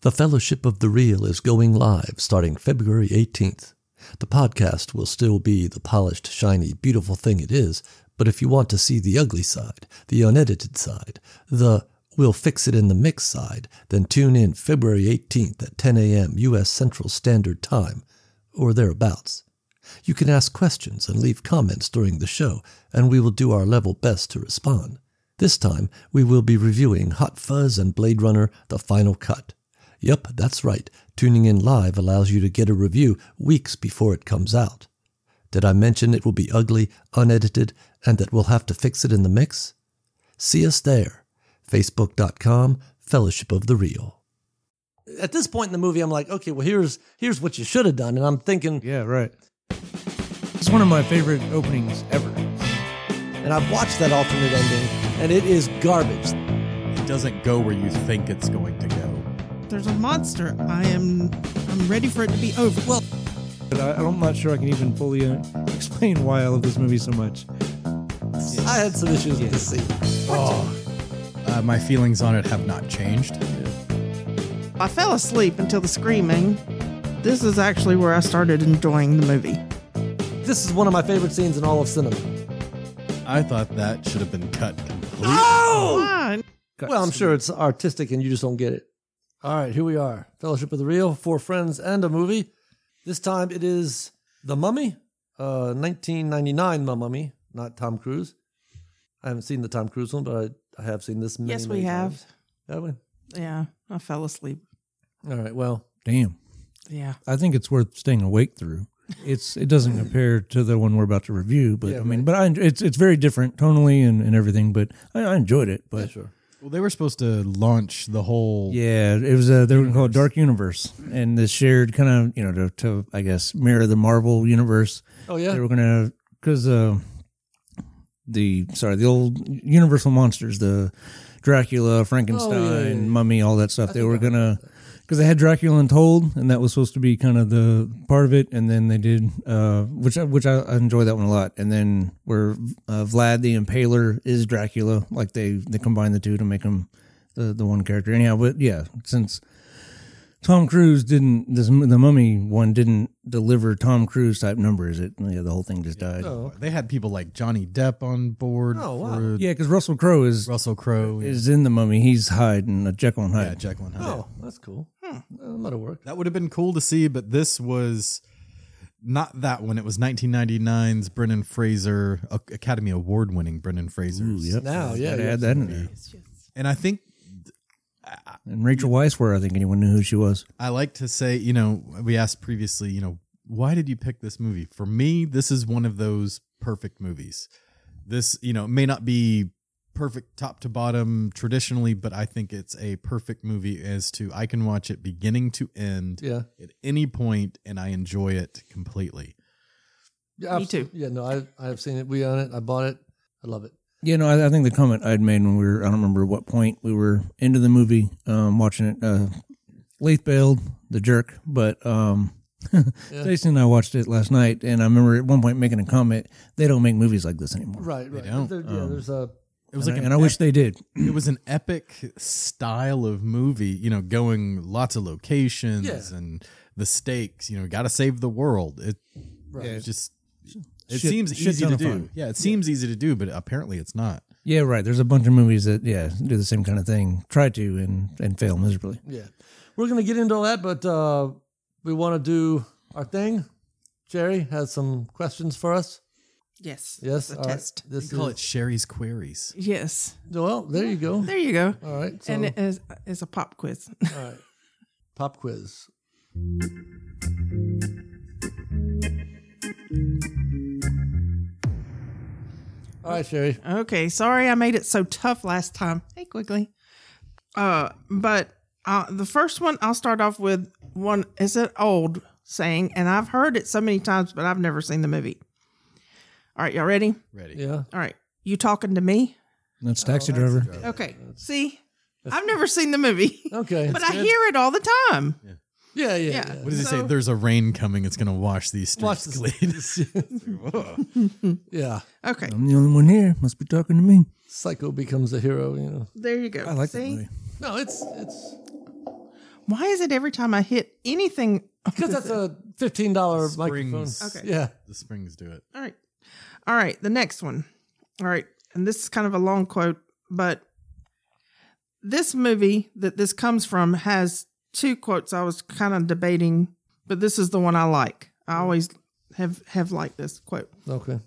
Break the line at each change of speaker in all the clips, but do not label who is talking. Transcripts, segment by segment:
The Fellowship of the Real is going live starting February 18th. The podcast will still be the polished, shiny, beautiful thing it is, but if you want to see the ugly side, the unedited side, the we'll fix it in the mix side, then tune in February 18th at 10 a.m. U.S. Central Standard Time, or thereabouts. You can ask questions and leave comments during the show, and we will do our level best to respond. This time, we will be reviewing Hot Fuzz and Blade Runner The Final Cut. Yep, that's right. Tuning in live allows you to get a review weeks before it comes out. Did I mention it will be ugly, unedited, and that we'll have to fix it in the mix? See us there. Facebook.com, Fellowship of the Real. At this point in the movie, I'm like, okay, well, here's here's what you should have done. And I'm thinking,
Yeah, right. It's one of my favorite openings ever.
and I've watched that alternate ending, and it is garbage.
It doesn't go where you think it's going to go.
There's a monster. I am I'm ready for it to be over. Well,
But I, I'm not sure I can even fully uh, explain why I love this movie so much.
I had some issues with this scene.
Uh, my feelings on it have not changed.
I fell asleep until the screaming. This is actually where I started enjoying the movie.
This is one of my favorite scenes in all of cinema.
I thought that should have been cut completely.
Ah!
Fine.
Well, I'm sure it's artistic and you just don't get it. All right, here we are. Fellowship of the Real, four friends and a movie. This time it is The Mummy, uh, 1999 My Mummy, not Tom Cruise. I haven't seen the Tom Cruise one, but I, I have seen this. Many,
Yes, we
many
have.
times. Have we?
Yeah, I fell asleep.
All right. Well,
Damn.
Yeah.
I think it's worth staying awake through. It's it doesn't compare to the one we're about to review, but
Yeah,
I mean, but I, it's it's very different tonally and, and everything. But I, I enjoyed it. But
sure.
Well, they were supposed to launch the whole.
yeah, it was a they were gonna call it Dark Universe, and the shared kind of you know to, to I guess mirror the Marvel universe.
Oh yeah.
they were gonna because uh, the sorry the old Universal monsters the Dracula Frankenstein
Oh, yeah, yeah, yeah.
Mummy all that stuff they were gonna because they had Dracula Untold and that was supposed to be kind of the part of it and then they did uh, which I, which I, I enjoy that one a lot and then where uh, Vlad the Impaler is Dracula like they they combine the two to make him the the one character anyhow but yeah since Tom Cruise didn't. This the Mummy one didn't deliver Tom Cruise type numbers. It yeah, the whole thing just died.
Oh, okay.
They had people like Johnny Depp on board.
Oh, wow.
for
Yeah, because Russell Crowe is
Russell Crowe.
is in the Mummy. He's Hyde and uh, Jekyll and
yeah,
Hyde.
Jekyll and Hyde.
Oh, that's cool.
Hmm.
That might have worked.
That would have been cool to see, but this was not that one. It was 1999's Brennan Fraser, A- Academy Award winning Brennan Fraser.
Now, yeah,
Gotta
yeah.
add that in there.
And I think
And Rachel Weisz, where I think anyone knew who she was.
I like to say, you know, we asked previously, you know, why did you pick this movie? For me, this is one of those perfect movies. This, you know, may not be perfect top to bottom traditionally, but I think it's a perfect movie as to I can watch it beginning to end
Yeah.
at any point and I enjoy it completely.
yeah
Me
abso-
too.
Yeah, no, I I have seen it. We own it. I bought it. I love it.
You know, I, I think the comment I'd made when we were, I don't remember what point we were into the movie, um, watching it, uh, Laith bailed, the jerk, but, um, Jason and I watched it last night, and I remember at one point making a comment, they don't make movies like this anymore.
Right, right.
don't.
There- yeah, there's a
It was
and
like
I,
an
and I wish they did.
it was an epic style of movie, you know, going lots of locations
Yeah.
and the stakes, you know, got to save the world. It
right.
it's just it
Shit-
seems
shit
easy
ton
to
of
do.
fun.
Yeah, it seems easy to do, but apparently it's not.
Yeah, right. There's a bunch of movies that yeah do the same kind of thing, try to and and fail miserably.
Yeah. We're going to get into all that, but uh, we want to do our thing. Jerry has some questions for us.
Yes.
Yes.
The
all right.
test.
This
Call it
is,
Sherry's queries.
Yes.
Well, there you go.
There you go.
All right. So,
and it is, it's a pop quiz.
all right. Pop quiz. All right, Sherry.
okay. Sorry I made it so tough last time. Hey, quickly. Uh, but uh, the first one I'll start off with one is an old saying, and I've heard it so many times, but I've never seen the movie. All right, y'all ready?
Ready?
Yeah.
All right, you talking to me?
That's Taxi
Oh,
Driver.
Okay. See, I've never seen the movie,
Okay.
but I hear it all the time.
yeah, yeah, yeah.
yeah.
What does it say?
So-
There's a rain coming. It's going to wash these
Watch
streets clean.
this. yeah.
Okay,
I'm the only one here. Must be talking to me.
Psycho becomes a hero, you know.
there you go.
I like
See?
that movie.
No, it's it's
Why is it every time I hit anything?
Because that's a $15 microphone.
Springs.
Okay.
Yeah.
The springs do it.
All right. All right. The next one. All right. And this is kind of a long quote, but this movie that this comes from has two quotes I was kind of debating, but this is the one I like. I always have have liked this quote.
Okay.
All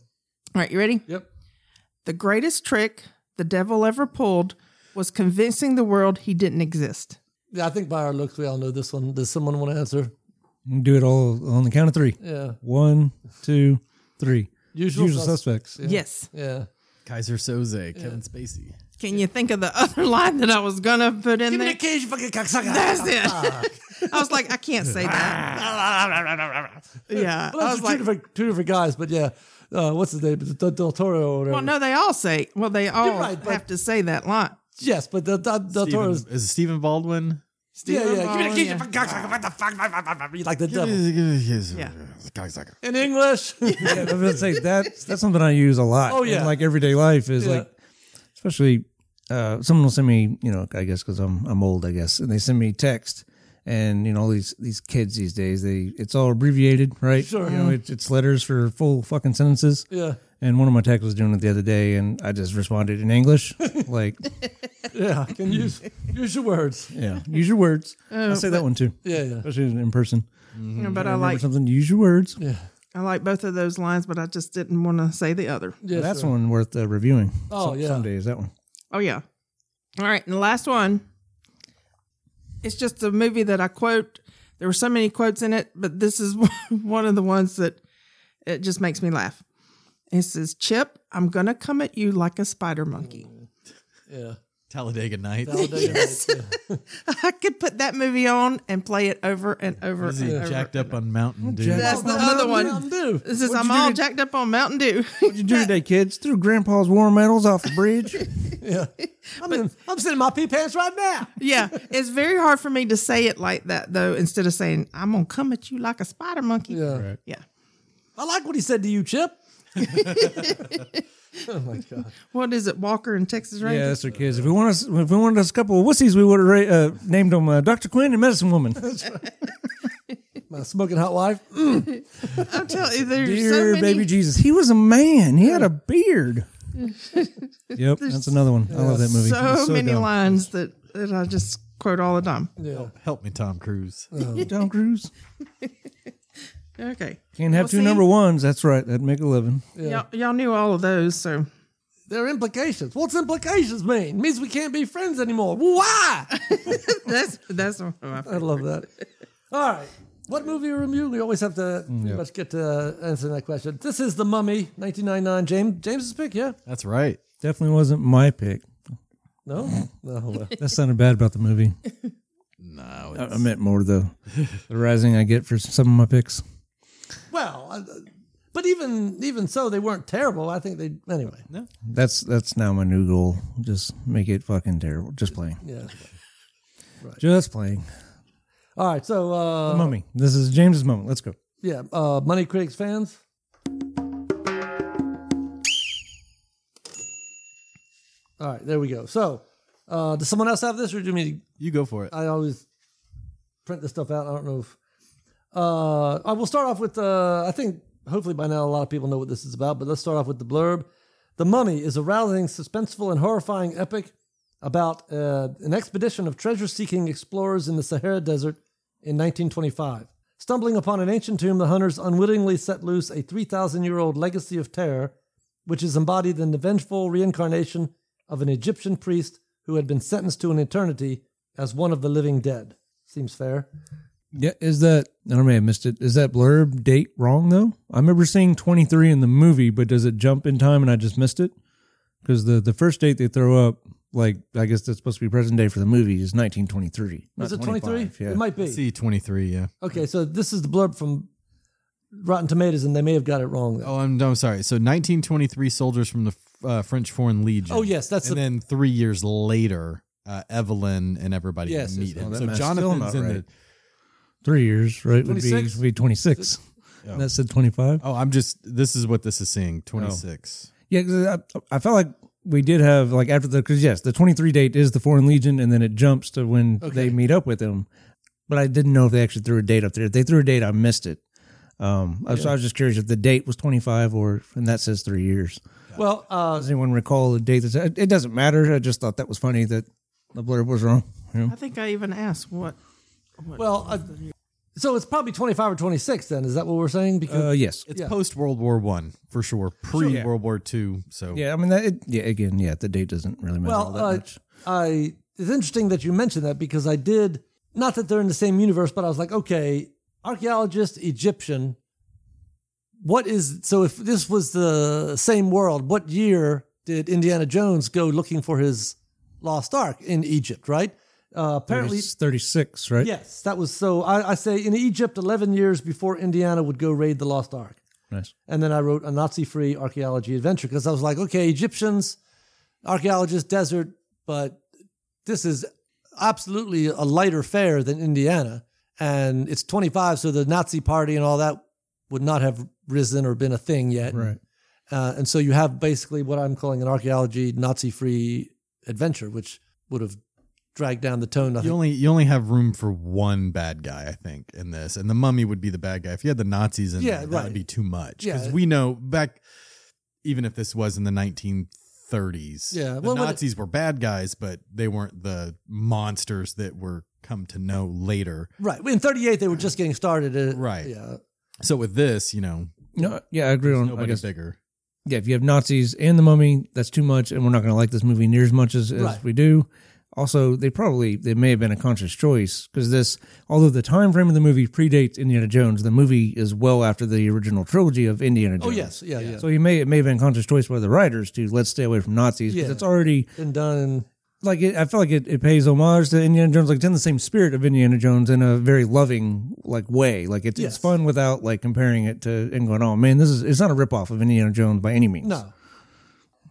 right, you ready?
Yep.
The greatest trick the devil ever pulled was convincing the world he didn't exist.
Yeah, I think by our looks, we all know this one. Does someone want to answer?
Do it all on the count of three.
Yeah.
One, two, three.
Usual,
Usual suspects.
Yeah.
Yes.
Yeah.
Kaiser Soze, Kevin Spacey.
Can you think of the other line that I was gonna put in there?
cage, fucking cocksucker.
That's it. I was like, I can't say that. Yeah.
Well,
I
that's
was
two,
like,
different, two different guys, but yeah. Uh, what's his name? Del, Del Toro or whatever.
well, no, they all say, well, they all
right, but-
have to say that line.
Yes, but Del, Del, Del
Steven,
Toro
is
is.
it Stephen Baldwin?
Yeah,
Steven
yeah.
Baldwin, Oh, yeah.
yeah. Like the devil.
Yeah.
In English?
Yeah, I was gonna say that that's something I use a lot.
Oh, yeah.
in like everyday life is
Yeah.
like, especially uh, someone will send me, you know, I guess because I'm I'm old, I guess, and they send me text, and you know all these these kids these days they it's all abbreviated, right?
Sure.
You know, it's it's letters for full fucking sentences.
Yeah.
And one of my techs was doing it the other day, and I just responded in English, like,
Yeah. Can use use your words.
yeah, use your words.
Uh,
I say that one too,
Yeah, yeah.
especially in person.
You know, Mm-hmm.
Mm-hmm.
but I
Remember
like
something, use your words.
I like both of those lines, but I just didn't want to say the other.
Yeah,
that's
sure.
one worth uh, reviewing.
Oh, yeah.
someday is that one.
Oh yeah. All right, and the last one. It's just a movie that I quote. There were so many quotes in it, but this is one of the ones that it just makes me laugh. It says, "Chip, I'm gonna come at you like a spider monkey."
Yeah.
Talladega Nights.
Talladega Nights, yeah.
I could put that movie on and play it over and over.
Is
and
he
over.
jacked up on Mountain Dew?
That's the other one.
Mountain Dew.
This is I'm all jacked up on Mountain Dew.
What'd you do today, kids? Threw grandpa's warm medals off the bridge.
I'm, in, I'm sitting in my pee pants right now.
yeah, it's very hard for me to say it like that though. Instead of saying I'm gonna come at you like a spider monkey.
Yeah.
yeah.
I like what he said to you, Chip. oh my god.
What is it, Walker and Texas Rangers?
yeah, that's our kids. If we want us, if we wanted us a couple of wussies, we would have uh, named them uh, Doctor Quinn and Medicine Woman.
My smoking hot wife.
I'm telling you, there's
Dear
so many.
baby Jesus, he was a man. He had a beard. yep, that's another one. I love that movie.
so,
It's
many
dumb.
lines that, that I just quote all the time.
Yeah.
Help me, Tom Cruise.
Oh, Tom Cruise
Okay.
can't have
Well,
two
see-
number ones. That's right. That'd make eleven.
Y'all, y'all knew all of those, so
There are implications. What's implications mean? means we can't be friends anymore. Why?
that's that's one
Uh,
of my
I
favorites.
love that. All right. What movie or review? We always have to pretty much get to answering that question. This is The Mummy, 1999. James James's pick, yeah?
That's right.
Definitely wasn't my pick.
No? No. Well.
That sounded bad about the movie.
No,
I, I meant more the the rising I get for some of my picks.
well I- but even even so, they weren't terrible. I think they anyway.
That's that's now my new goal. Just make it fucking terrible. Just playing.
Yeah.
Just playing.
All right. So uh,
Mummy. This is James's moment. Let's go.
yeah, uh, Money Critics fans. All right, there we go. So, uh, does someone else have this, or do you mean
you go for it.
I always print this stuff out. I don't know if. Uh, I will start off with. Uh, I think hopefully by now a lot of people know what this is about, but let's start off with the blurb. The Mummy is a rousing, suspenseful, and horrifying epic about uh, an expedition of treasure seeking explorers in the Sahara Desert in 1925. Stumbling upon an ancient tomb, the hunters unwittingly set loose a 3,000 year old legacy of terror, which is embodied in the vengeful reincarnation of an Egyptian priest who had been sentenced to an eternity as one of the living dead. Seems fair.
Yeah, is that I may have missed it. Is that blurb date wrong though? I remember seeing twenty three in the movie, but does it jump in time and I just missed it? Because the the first date they throw up, like I guess that's supposed to be present day for the movie, is nineteen twenty three.
Is it 23?
Yeah.
It might be.
See, 23, yeah.
Okay, so this is the blurb from Rotten Tomatoes, and they may have got it wrong. Though.
Oh, I'm, I'm sorry. So 1923 soldiers from the uh, French Foreign Legion.
Oh, yes, that's
and
the-
then three years later, uh, Evelyn and everybody
Yes,
meet
yes.
him.
Oh, that
so
must- still
Jonathan's
not
in the.
right. Three years, right? Would be,
26?
would be twenty six. And that said twenty five.
Oh, I'm just. This is what this is saying. 26.
Yeah, 'cause I, I felt like we did have like after the because yes, the twenty three date is the Foreign Legion, and then it jumps to when they meet up with him. but I didn't know if they actually threw a date up there. If they threw a date, I missed it. Um, I- So I was just curious if the date was 25 or, and that says three years.
Well, uh,
Does anyone recall the date? That's, it doesn't matter. I just thought that was funny that the blurb was wrong. You know?
I think I even asked what.
well, uh, so it's probably 25 or 26 then. Is that what we're saying? Because
Uh, yes.
It's post World War One for sure, pre
yeah.
World War Two. So
Yeah, I mean that. It, yeah, again, yeah, the date doesn't really matter
Well,
all that
uh,
much.
I it's interesting that you mentioned that because I did not that they're in the same universe, but I was like, okay, archaeologist Egyptian. What is so? If this was the same world, what year did Indiana Jones go looking for his lost ark in Egypt? Right? Uh, apparently,
It's 36, right?
yes, that was so. I, I say in Egypt, eleven years before Indiana would go raid the lost ark.
Nice.
And then I wrote a Nazi free archaeology adventure because I was like, okay, Egyptians, archaeologists, desert, but this is absolutely a lighter fare than Indiana. And it's 25, so the Nazi party and all that would not have risen or been a thing yet.
Right.
Uh, and so you have basically what I'm calling an archaeology Nazi free adventure, which would have dragged down the tone. I
You
think.
only you only have room for one bad guy, I think, in this, and the mummy would be the bad guy. If you had the Nazis in
Yeah,
there,
right.
that would be too much. Because
Yeah.
we know back, even if this was in the 1930s,
Yeah,
the
well, when it-
Nazis were bad guys, but they weren't the monsters that were come to know later.
Right. In 38, they were just getting started. uh,
Right.
Yeah.
So with this, you know,
No, yeah, I agree on. I
nobody
guess,
bigger.
yeah, if you have Nazis and the Mummy, that's too much, and we're not going to like this movie near as much as, as
Right.
we do. Also, they probably they may have been a conscious choice because this, although the time frame of the movie predates Indiana Jones, the movie is well after the original trilogy of Indiana
Oh,
Jones.
yes. Yeah. Yeah.
So you may it may have been a conscious choice by the writers to let's stay away from Nazis because
Yeah.
it's already
Been done.
like it, I feel like it, it pays homage to Indiana Jones. Like it's in the same spirit of Indiana Jones in a very loving like way. Like it's
Yes.
it's fun without like comparing it to and going, oh man, this is it's not a ripoff of Indiana Jones by any means.
No.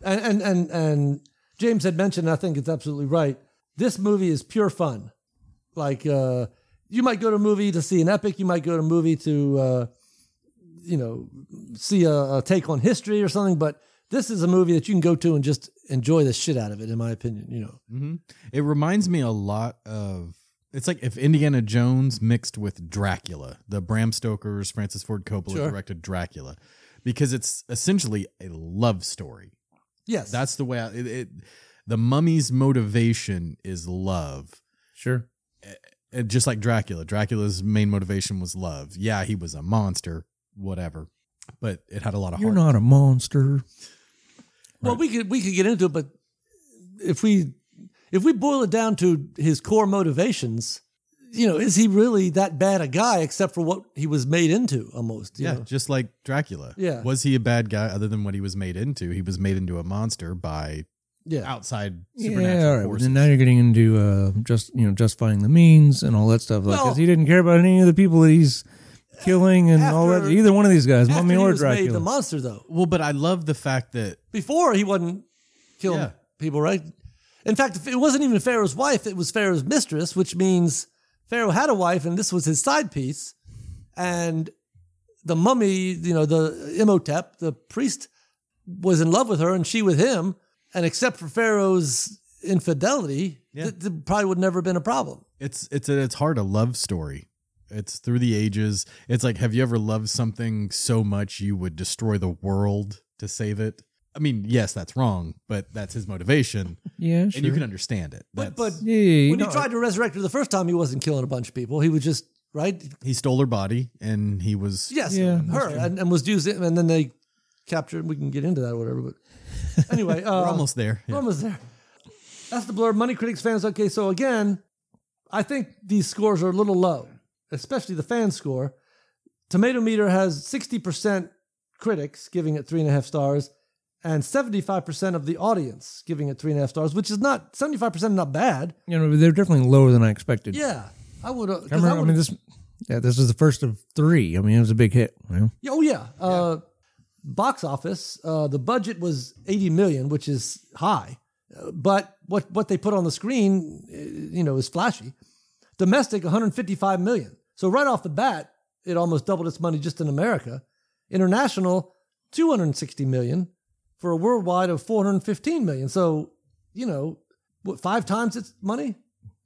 And and and and James had mentioned, I think it's absolutely right. This movie is pure fun. Like uh you might go to a movie to see an epic, you might go to a movie to uh you know, see a, a take on history or something, but this is a movie that you can go to and just enjoy the shit out of it, in my opinion, you know.
hmm It reminds me a lot of. It's like if Indiana Jones mixed with Dracula, the Bram Stoker's Francis Ford Coppola
Sure.
directed Dracula, because it's essentially a love story.
Yes.
That's the way I, it, it. The mummy's motivation is love,
Sure.
and just like Dracula. Dracula's main motivation was love. Yeah, he was a monster, whatever, but it had a lot of
You're not
heart.
a monster.
Well, we could we could get into it, but if we if we boil it down to his core motivations, you know, is he really that bad a guy except for what he was made into almost? You
yeah,
know?
just like Dracula.
Yeah.
was he a bad guy other than what he was made into? He was made into a monster by
Yeah.
outside supernatural
Yeah, all right. But
forces.
then now you're getting into uh, just you know justifying the means and all that stuff. Like, 'cause
Well-
he didn't care about any of the people that he's killing and all that.
After-
Either one of these guys,
After
Mummy
he
or
was made the
Dracula.
monster though.
Well, but I love the fact that
Before he wasn't killing
Yeah.
people, right? In fact, if it wasn't even Pharaoh's wife, it was Pharaoh's mistress, which means Pharaoh had a wife and this was his side piece. And the mummy, you know, the Imhotep, the priest, was in love with her and she with him. And except for Pharaoh's infidelity,
Yeah.
th- th- probably would never have been a problem.
it's it's it's hard a love story. It's through the ages. It's like, have you ever loved something so much you would destroy the world to save it? I mean, yes, that's wrong, but that's his motivation,
Yeah, sure.
and you can understand it.
But, but
That's-
yeah, yeah, yeah,
when
no,
he tried to resurrect her the first time, he wasn't killing a bunch of people. He was just, right?
he stole her body, and he was
Yes,
Yeah,
her and, and was used, and then they captured. We can get into that or whatever, but anyway, uh,
we're almost there.
we're
Yeah.
almost there. That's the blur. Money critics, fans. Okay, so again, I think these scores are a little low, especially the fan score. Tomato meter has sixty percent critics giving it three and a half stars, and seventy five percent of the audience giving it three and a half stars, which is not seventy five percent not bad.
you know, they're definitely lower than I expected.
Yeah, I would.
I, remember, I,
I
mean,
would.
this. Yeah, this is the first of three. I mean, it was a big hit. You know?
Yeah, Oh yeah. Uh, box office. Uh, the budget was eighty million, which is high, Uh, but what what they put on the screen, uh, you know, is flashy. Domestic, one hundred fifty five million. So right off the bat, it almost doubled its money just in America. International, two hundred sixty million for a worldwide of four hundred fifteen million. So you know, what five times its money?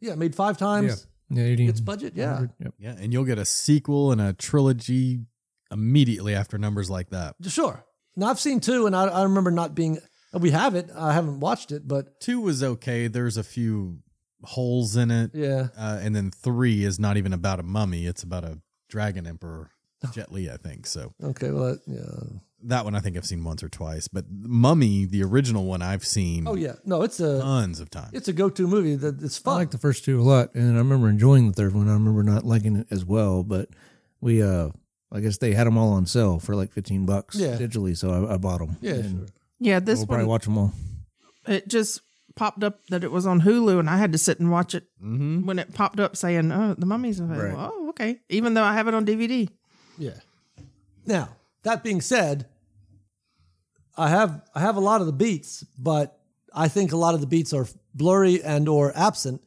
Yeah, it made five times
Yeah, 80.
Its budget, yeah.
Yep.
Yeah, and you'll get a sequel and a trilogy immediately after numbers like that.
Sure. Now I've seen two, and I, I remember not being. We have it. I haven't watched it, but
Two was okay. There's a few holes in it.
yeah.
Uh, and then three is not even about a mummy, it's about a dragon emperor,
Oh.
Jet Li, I think. So
Okay. Well, that, yeah.
that one I think I've seen once or twice. But Mummy, the original one, I've seen
Oh yeah. No, it's a
tons of times.
it's a go to movie. That it's
I
fun.
like the first two a lot, and I remember enjoying the third one. I remember not liking it as well, but we, uh I guess they had them all on sale for like fifteen bucks
Yeah.
digitally, so I, I bought them.
yeah. Sure.
Yeah, this
we'll
one
probably watch them all.
it just popped up that it was on Hulu, and I had to sit and watch it
Mm-hmm.
when it popped up saying, "Oh, the mummies."
Right.
Oh, okay. Even though I have it on DVD.
Yeah. Now that being said, I have I have a lot of the beats, but I think a lot of the beats are blurry and or absent.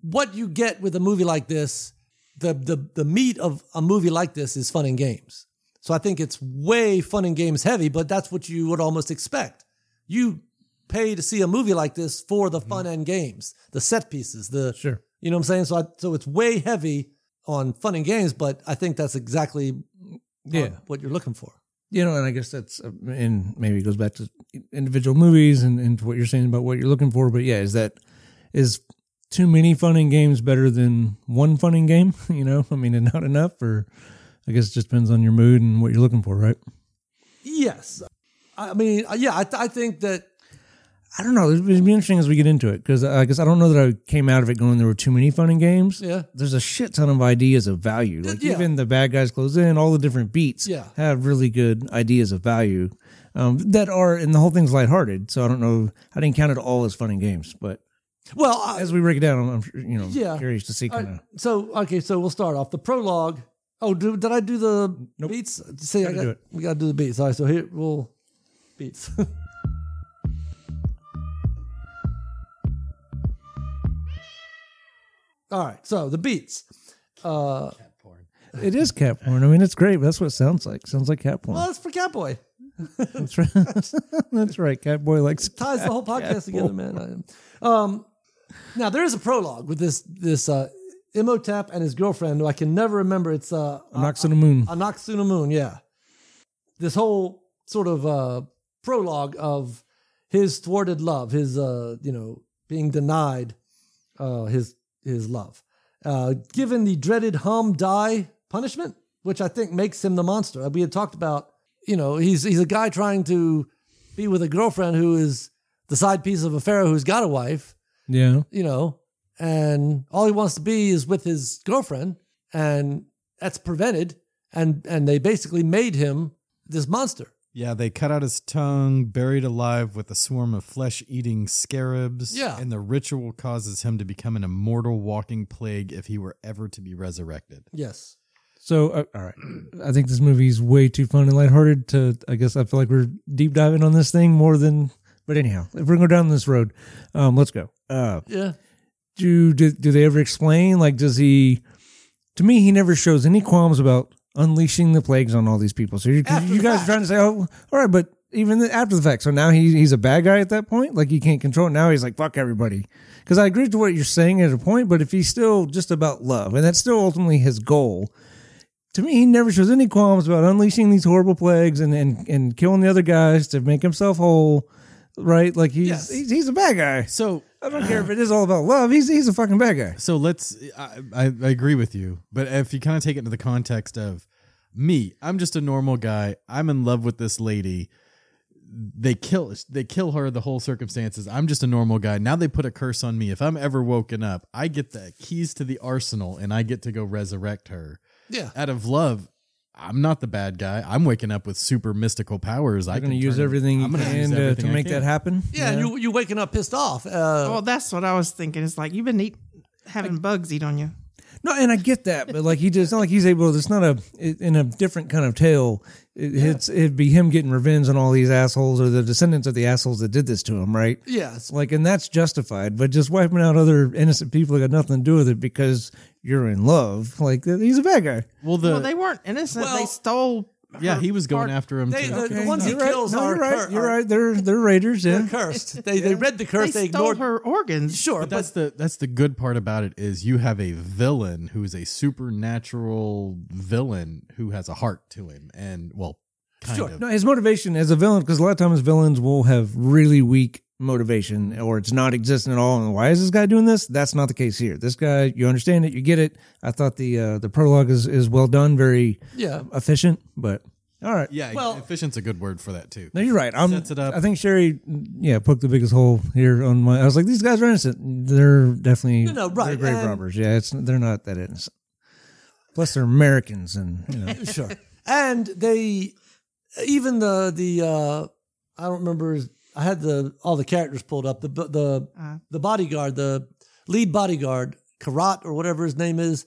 What you get with a movie like this, the the the meat of a movie like this is fun and games. So I think it's way fun and games heavy, but that's what you would almost expect. You pay to see a movie like this for the fun and games, the set pieces, the
Sure.
you know what I'm saying? So I, so it's way heavy on fun and games, but I think that's exactly
Yeah.
on what you're looking for.
you know, and I guess that's uh, and maybe it goes back to individual movies and, and to what you're saying about what you're looking for. But yeah, is that is too many fun and games better than one fun and game? You know, I mean, and not enough, or I guess it just depends on your mood and what you're looking for, right?
Yes, I mean, uh, yeah, I, I think that
I don't know. It'd be interesting as we get into it because I guess I don't know that I came out of it going there were too many fun and games.
yeah,
There's a shit ton of ideas of value. Like
yeah.
even the bad guys close in, all the different beats
Yeah.
have really good ideas of value um, that are, and the whole thing's lighthearted. So I don't know. I didn't count it all as fun and games, but
well, I,
as we break it down, I'm, I'm sure, you know
Yeah.
curious to see kind of.
I- so okay, so we'll start off the prologue. Oh, do, did I do the beats? See, I
Gotta
got,
do it.
we got to do the beats. All right, so here we'll beats. All right, so the beats. Uh,
It is cat porn. I mean, it's great. But that's what it sounds like. Sounds like cat porn.
well, that's for Catboy.
That's right. that's right. Cat boy likes.
ties the whole podcast together, man. I- Um, now there is a prologue with this this uh, Imhotep and his girlfriend, who I can never remember. It's uh,
Knocks on the moon.
Anaxuna Moon, yeah. This whole sort of uh, prologue of his thwarted love, his uh, you know being denied uh, his his love, uh, given the dreaded hum die punishment, which I think makes him the monster. We had talked about, you know, he's he's a guy trying to be with a girlfriend who is the side piece of a pharaoh who's got a wife,
Yeah.
you know, and all he wants to be is with his girlfriend, and that's prevented. And and they basically made him this monster.
Yeah, they cut out his tongue, buried alive with a swarm of flesh eating scarabs.
Yeah.
And the ritual causes him to become an immortal walking plague if he were ever to be resurrected.
Yes.
So, uh, all right. I think this movie is way too fun and lighthearted to, I guess I feel like we're deep diving on this thing more than, but anyhow, if we're going to go down this road, um, let's go. Uh,
Yeah.
do, do, do they ever explain? Like, does he, to me, he never shows any qualms about unleashing the plagues on all these people. So you, 'cause
After
you
the
guys are
fact.
trying to say, oh, all right, but even the, after the fact. So now he, he's a bad guy at that point. Like, he can't control it. Now he's like, fuck everybody. Because I agree to what you're saying at a point, but if he's still just about love, and that's still ultimately his goal, to me, he never shows any qualms about unleashing these horrible plagues and and, and killing the other guys to make himself whole. Right? Like he's
Yes.
he's, he's a bad guy.
So
I don't care if it is all about love. He's he's a fucking bad guy.
so let's I, I, I agree with you, but if you kind of take it into the context of me, I'm just a normal guy. I'm in love with this lady. They kill they kill her, the whole circumstances. I'm just a normal guy. Now they put a curse on me. If I'm ever woken up, I get the keys to the arsenal and I get to go resurrect her.
Yeah.
out of love, I'm not the bad guy. I'm waking up with super mystical powers. I'm
You're gonna use everything you
I'm gonna use
can to, to
everything I
make
can.
that happen.
Yeah. You you waking up pissed off. Uh,
Well, that's what I was thinking. It's like you've been eat, having bugs eat on you.
No, and I get that, but like he just it's not like he's able. It's not a it- in a different kind of tale. It, It's it'd be him getting revenge on all these assholes or the descendants of the assholes that did this to him, right?
yes.
Like, and that's justified, but just wiping out other innocent people that got nothing to do with it because you're in love. Like, he's a bad guy.
Well, the
well, they weren't innocent.
Well-
they stole
yeah,
her
he was going
part-
after him.
They-
too.
the-
Okay,
ones he
you're right.
kills
No,
are
you're right.
cur-
you're
are-
right. They're they're raiders.
They're
Yeah.
cursed. They they read the
They
curse. They,
stole
ignored.
her organs.
Sure,
But that's the that's the good part about it is you have a villain who is a supernatural villain who has a heart to him and well kind
Sure,
of
No, his motivation as a villain, because a lot of times villains will have really weak motivation or it's not existent at all. And why is this guy doing this? That's not the case here. This guy, you understand it, you get it. I thought the uh, the prologue is, is well done, very
yeah.
efficient, but all right.
yeah
Well-
efficient's a good word for that too
No, you're right. I'm,
Sets it up.
I think Sherry, yeah, poked the biggest hole here on my. I was like, these guys are innocent. They're definitely
No, no,
They're
right,
great
and-
robbers. Yeah, it's they're not that innocent. Plus, they're Americans, and you know,
sure. And they even the the uh I don't remember I had the all the characters pulled up. The bu- the
Uh,
the bodyguard, the lead bodyguard, Karat or whatever his name is.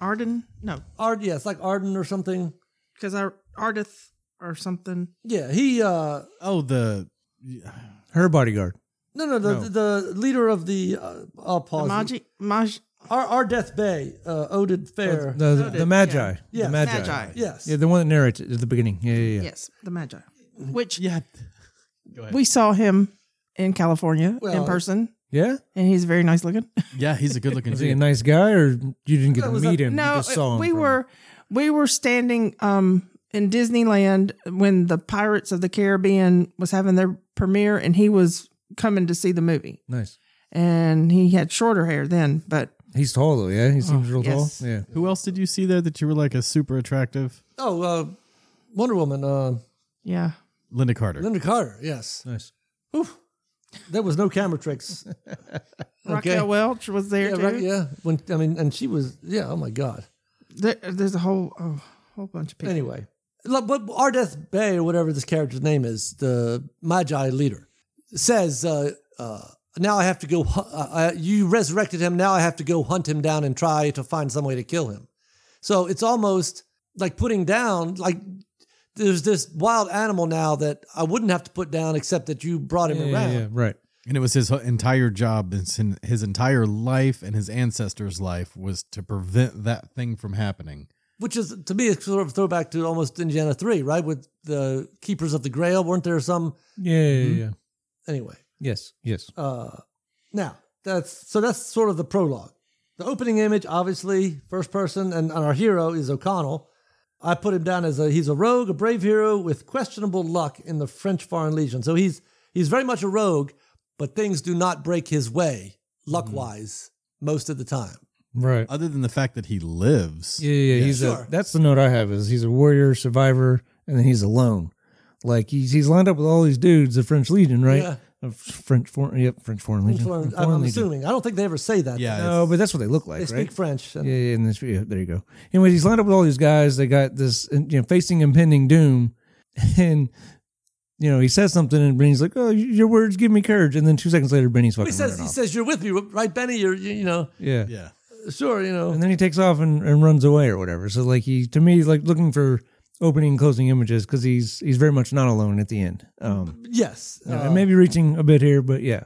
Arden? No,
Ard yeah, it's like Arden or something.
because I Ardith or something.
Yeah, he uh
oh the
her bodyguard.
no no the
No.
the, the leader of the uh I'll
The
pause.
Magi, Magi,
Our our Death Bay, uh Odin Fair.
The, the,
Noted,
the Magi.
yeah.
Yes.
The Magi.
Magi.
yes.
Yeah, the one that narrates it at the beginning. Yeah, yeah, yeah.
Yes, the Magi. Which
yeah go ahead
we saw him in California
Well-
in person,
Yeah?
and he's very nice looking.
yeah he's a good looking
Was he a
dude
nice guy, or you didn't get
That
to
was
meet
a-
him? you
no,
just saw him
we
from-
were we were standing um in Disneyland when the Pirates of the Caribbean was having their premiere, and he was coming to see the movie,
nice.
and he had shorter hair then, but
He's tall though. Yeah, he seems
Oh,
real
yes.
tall. Yeah.
who else did you see there that you were like a super attractive
Oh, uh Wonder Woman, uh
yeah.
Linda Carter
Linda Carter, yes.
Nice.
There was no camera tricks.
Raquel Welch was there
Yeah,
too.
right, yeah. When I mean and she was yeah, oh my god.
There, there's a whole oh, whole bunch of people.
Anyway, look, but Ardeth Bay or whatever this character's name is, the Magi leader, says, uh, uh, "Now I have to go. hu- Uh, uh, you resurrected him. Now I have to go hunt him down and try to find some way to kill him." So it's almost like putting down like. There's this wild animal now that I wouldn't have to put down, except that you brought him
Yeah,
around.
yeah, yeah, right.
and it was his entire job his, his entire life and his ancestors life was to prevent that thing from happening
Which is to me it's sort of a throwback to almost Indiana three, right? With the keepers of the Grail, weren't there some
Yeah, yeah, yeah.
anyway?
Yes, yes.
Mm-hmm. Uh, now that's so that's sort of the prologue. The opening image, obviously, first person, and, and our hero is O'Connell. I put him down as a he's a rogue, a brave hero with questionable luck in the French Foreign Legion. So he's he's very much a rogue, but things do not break his way luck wise
Mm-hmm.
most of the time.
Right.
other than the fact that he lives
Yeah, yeah, yeah. He's
uh, Sure.
a, that's the note I have is he's a warrior, survivor, and then he's alone. Like he's he's lined up with all these dudes, the French Legion, right?
Yeah.
Uh, French foreign, yep, French foreign legion.
Foreign- I'm,
Foreign
I'm
Legion.
assuming I don't think they ever say that.
Yeah,
No, but that's what they look
they
like,
speak
right?
French. And,
Yeah, yeah, and this, yeah, there you go. Anyways, he's lined up with all these guys. They got this, you know, facing impending doom, and you know he says something, and Benny's like, "Oh, your words give me courage." And then two seconds later, Benny's
He
fucking
says
running
he
off.
says you're with me, right, Benny? You're you, you know
yeah,
yeah
sure you know
and then he takes off and, and runs away or whatever. So like he to me he's like looking for opening and closing images because he's he's very much not alone at the end. Um,
yes.
you know,
uh,
and maybe reaching a bit here, but yeah,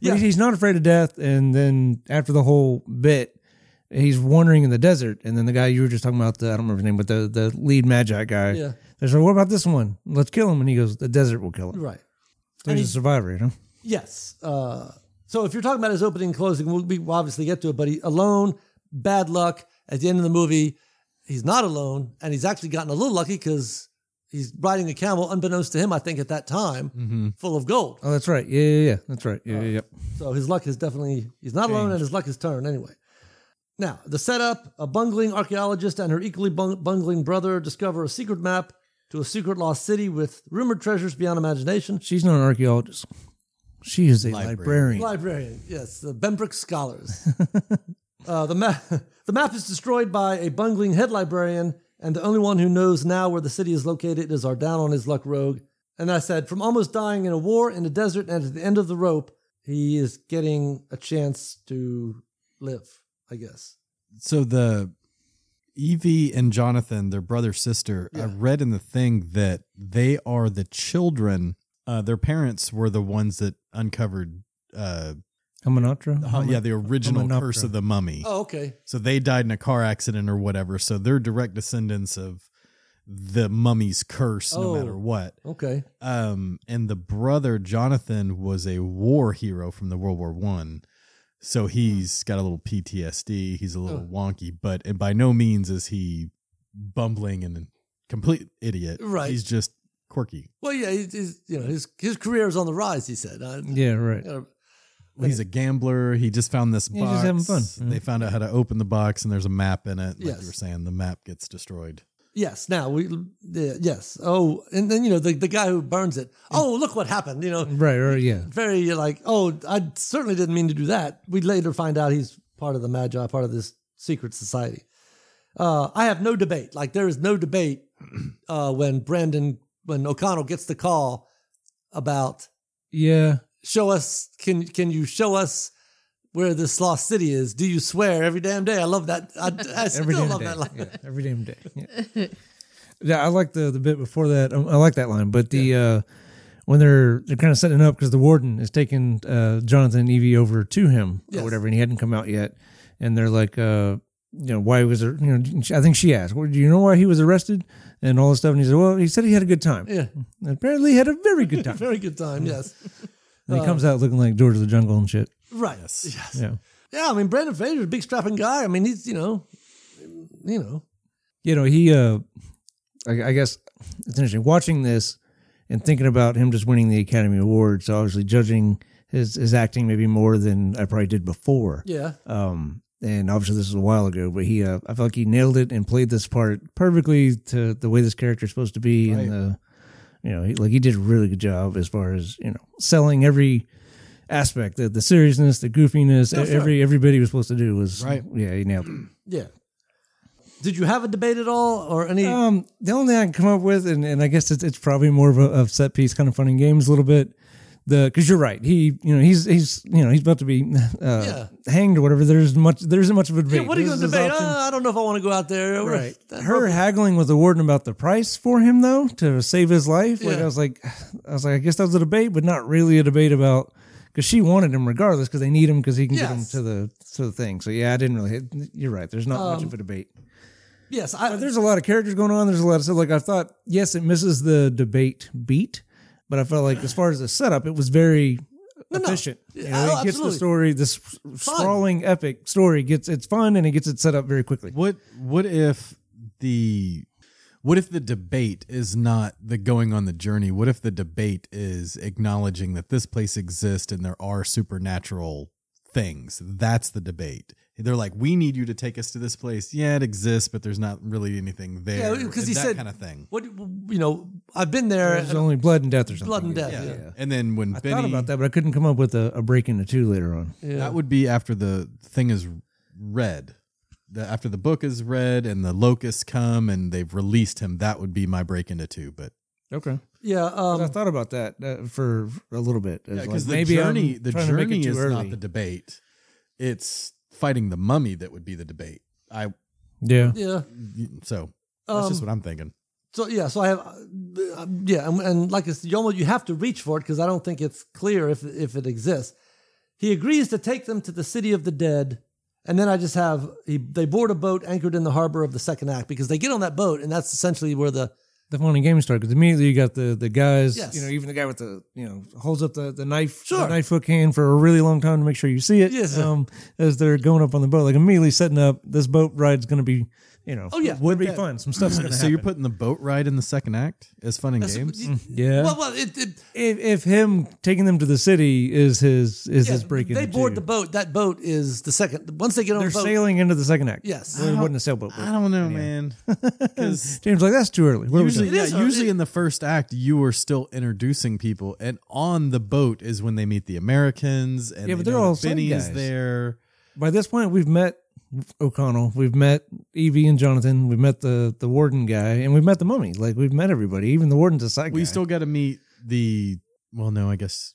Yeah.
yeah. He's, he's not afraid of death. And then after the whole bit, he's wandering in the desert. And then the guy you were just talking about, the, I don't remember his name, but the the lead magi guy.
Yeah.
They said, "What about this one? Let's kill him." And he goes, "The desert will kill him."
right.
So he's a survivor, you know.
Yes. Uh, so if you're talking about his opening and closing, we'll, we will obviously get to it, but he alone, bad luck. At the end of the movie, he's not alone, and he's actually gotten a little lucky because he's riding a camel, unbeknownst to him, I think, at that time, full of gold.
Oh, that's right. Uh, Yeah, yeah, yeah. That's right. Yeah, yeah, yeah.
So his luck is definitely, he's not alone, and his luck is turned anyway. Now, the setup a bungling archaeologist and her equally bung- bungling brother discover a secret map to a secret lost city with rumored treasures beyond imagination.
She's not an archaeologist. She is a librarian.
Librarian.
Librarian, yes, the Bembrook Scholars. uh, the, map, the map is destroyed by a bungling head librarian, and the only one who knows now where the city is located is our down on his luck rogue. And I said, from almost dying in a war in the desert and at the end of the rope, he is getting a chance to live, I guess.
so the Evie and Jonathan, their brother sister, I
Yeah.
read in the thing that they are the children. Uh, their parents were the ones that uncovered, uh,
Hamanatra?
uh, yeah, the original
Hamanoptera.
curse of the mummy.
Oh, okay.
So they died in a car accident or whatever. So they're direct descendants of the mummy's curse
Oh.
no matter what.
Okay.
Um, and the brother Jonathan was a war hero from the World War One, so
Hmm.
he's got a little PTSD. He's a little
Ugh.
wonky, but and by no means is he bumbling and a complete idiot.
Right.
he's just quirky.
Well, yeah, he's, he's you know his his career is on the rise. He said. Uh,
Yeah, right.
you know,
He's a gambler. He just found this
He's
box.
just having fun. Mm-hmm.
They
Yeah.
found out how to open the box, and there's a map in it. Like
Yes.
you were saying, the map gets destroyed.
yes. Now we. Yeah, yes. Oh, and then you know the the guy who burns it. Oh, look what happened. You know,
Right, right, yeah.
very like oh, I certainly didn't mean to do that. We later find out he's part of the Magi, part of this secret society. Uh, I have no debate. Like there is no debate uh, when Brandon when O'Connell gets the call about
Yeah.
show us can can you show us where this lost city is do you swear every damn day i love that i, I
Every
still
damn
love
day.
that line
Yeah, every damn day. Yeah. Yeah, I like the the bit before that. Um, I like that line, but the uh, when they're they're kind of setting up because the warden is taking uh, Jonathan and Evie over to him
Yes.
or whatever, and he hadn't come out yet, and they're like. Uh, you know why was there? You know, I think she asked, well, "Do you know why he was arrested?" and all this stuff. And he said, "Well, he said he had a good time.
yeah,
And apparently, he had a very good time."
very good time yes
and he comes out looking like George of the Jungle and shit.
right yes. yes
Yeah,
yeah i mean brandon fraser's a big strapping guy i mean he's you know you know
you know he uh I, I guess it's interesting watching this and thinking about him just winning the academy award so obviously judging his his acting maybe more than i probably did before
yeah
um and obviously this was a while ago but he uh, i felt like he nailed it and played this part perfectly to the way this character is supposed to be
Right.
and the you know he, like he did a really good job as far as you know selling every aspect the, the seriousness the goofiness e-,
That's
every every bit he was supposed to do was
Right.
yeah he nailed it
yeah did you have a debate at all or any
Um, the only thing I can come up with, and, and I guess it's, it's probably more of a of set piece kind of fun and games a little bit. The because you're right, he you know he's he's you know he's about to be
Yeah.
uh, hanged or whatever. There's much there isn't much of a
yeah,
debate.
what are you going to
This is
debate?
often-
Uh, I don't know if I want to go out there.
Right.
That-
Her haggling with the warden about the price for him though to save his life. Like
Yeah.
I was like, I was like, I guess that was a debate, but not really a debate about because she wanted him regardless because they need him because he can get him
Yes.
to the to the thing. So yeah, I didn't really. You're right. There's not
Um,
much of a debate.
Yes, I,
There's a lot of characters going on. There's a lot of stuff. Like I thought, yes, it misses the debate beat, but I felt like as far as the setup, it was very efficient. You know,
Oh,
it gets
absolutely.
the story, this sprawling epic story gets it's fun and it gets it set up very quickly.
What What if the what if the debate is not the going on the journey? What if the debate is acknowledging that this place exists and there are supernatural things? That's the debate. They're like, we need you to take us to this place. Yeah, it exists, but there's not really anything there.
Yeah, 'cause
and
he
that
said-
kind of thing.
what you know, I've been there.
There's
and-
only blood and death or something.
Blood and death,
Yeah.
yeah.
And then when
I
Benny,
thought about that, but I couldn't come up with a, a break into two later on.
that would be after the thing is read. The, after the book is read and the locusts come and they've released him, that would be my break into two. But
Okay,
yeah, um,
I thought about that uh, for a little bit. It was
Yeah,
like,
because the
maybe I'm
journey, the
trying to make it
journey
too
is
early.
not the debate. It's fighting the mummy that would be the debate. I
yeah.
yeah.
so that's just
Um,
what I'm thinking.
So yeah, so I have uh, yeah, and, and like it's you almost you have to reach for it because I don't think it's clear if if it exists. He agrees to take them to the city of the dead, and then I just have he, they board a boat anchored in the harbor of the second act because they get on that boat and that's essentially where the
the fun and games start because immediately you got the the guys,
Yes.
you know, even the guy with the you know holds up the the knife,
Sure.
the knife hook hand for a really long time to make sure you see it.
Yes, sir.
um, as they're going up on the boat, like immediately setting up this boat ride's going to be, you know,
Oh, yeah.
would be fun. Some stuff's going to
So
happen.
you're putting the boat ride in the second act as fun and games.
yeah.
well, well, it, it,
if, if him taking them to the city is his is
yeah,
his break
they
into
board
two.
the boat. That boat is the second. Once they get on
They're
the boat,
sailing into the second act.
Yes.
well, it wasn't a sailboat.
I
But
don't know, man. 'Cause
James like that's too early. What are we
usually,
doing?
It
yeah,
is early.
usually in the first act, you are still introducing people, and on the boat is when they meet the Americans. And
Yeah, but
they
they're
know
all
that
same
Benny is
guys.
there.
by this point we've met O'Connell, we've met Evie and Jonathan, we've met the the warden guy, and we've met the mummy. Like we've met everybody. Even the warden's a side
We
guy.
still got to meet the. Well, no, I guess.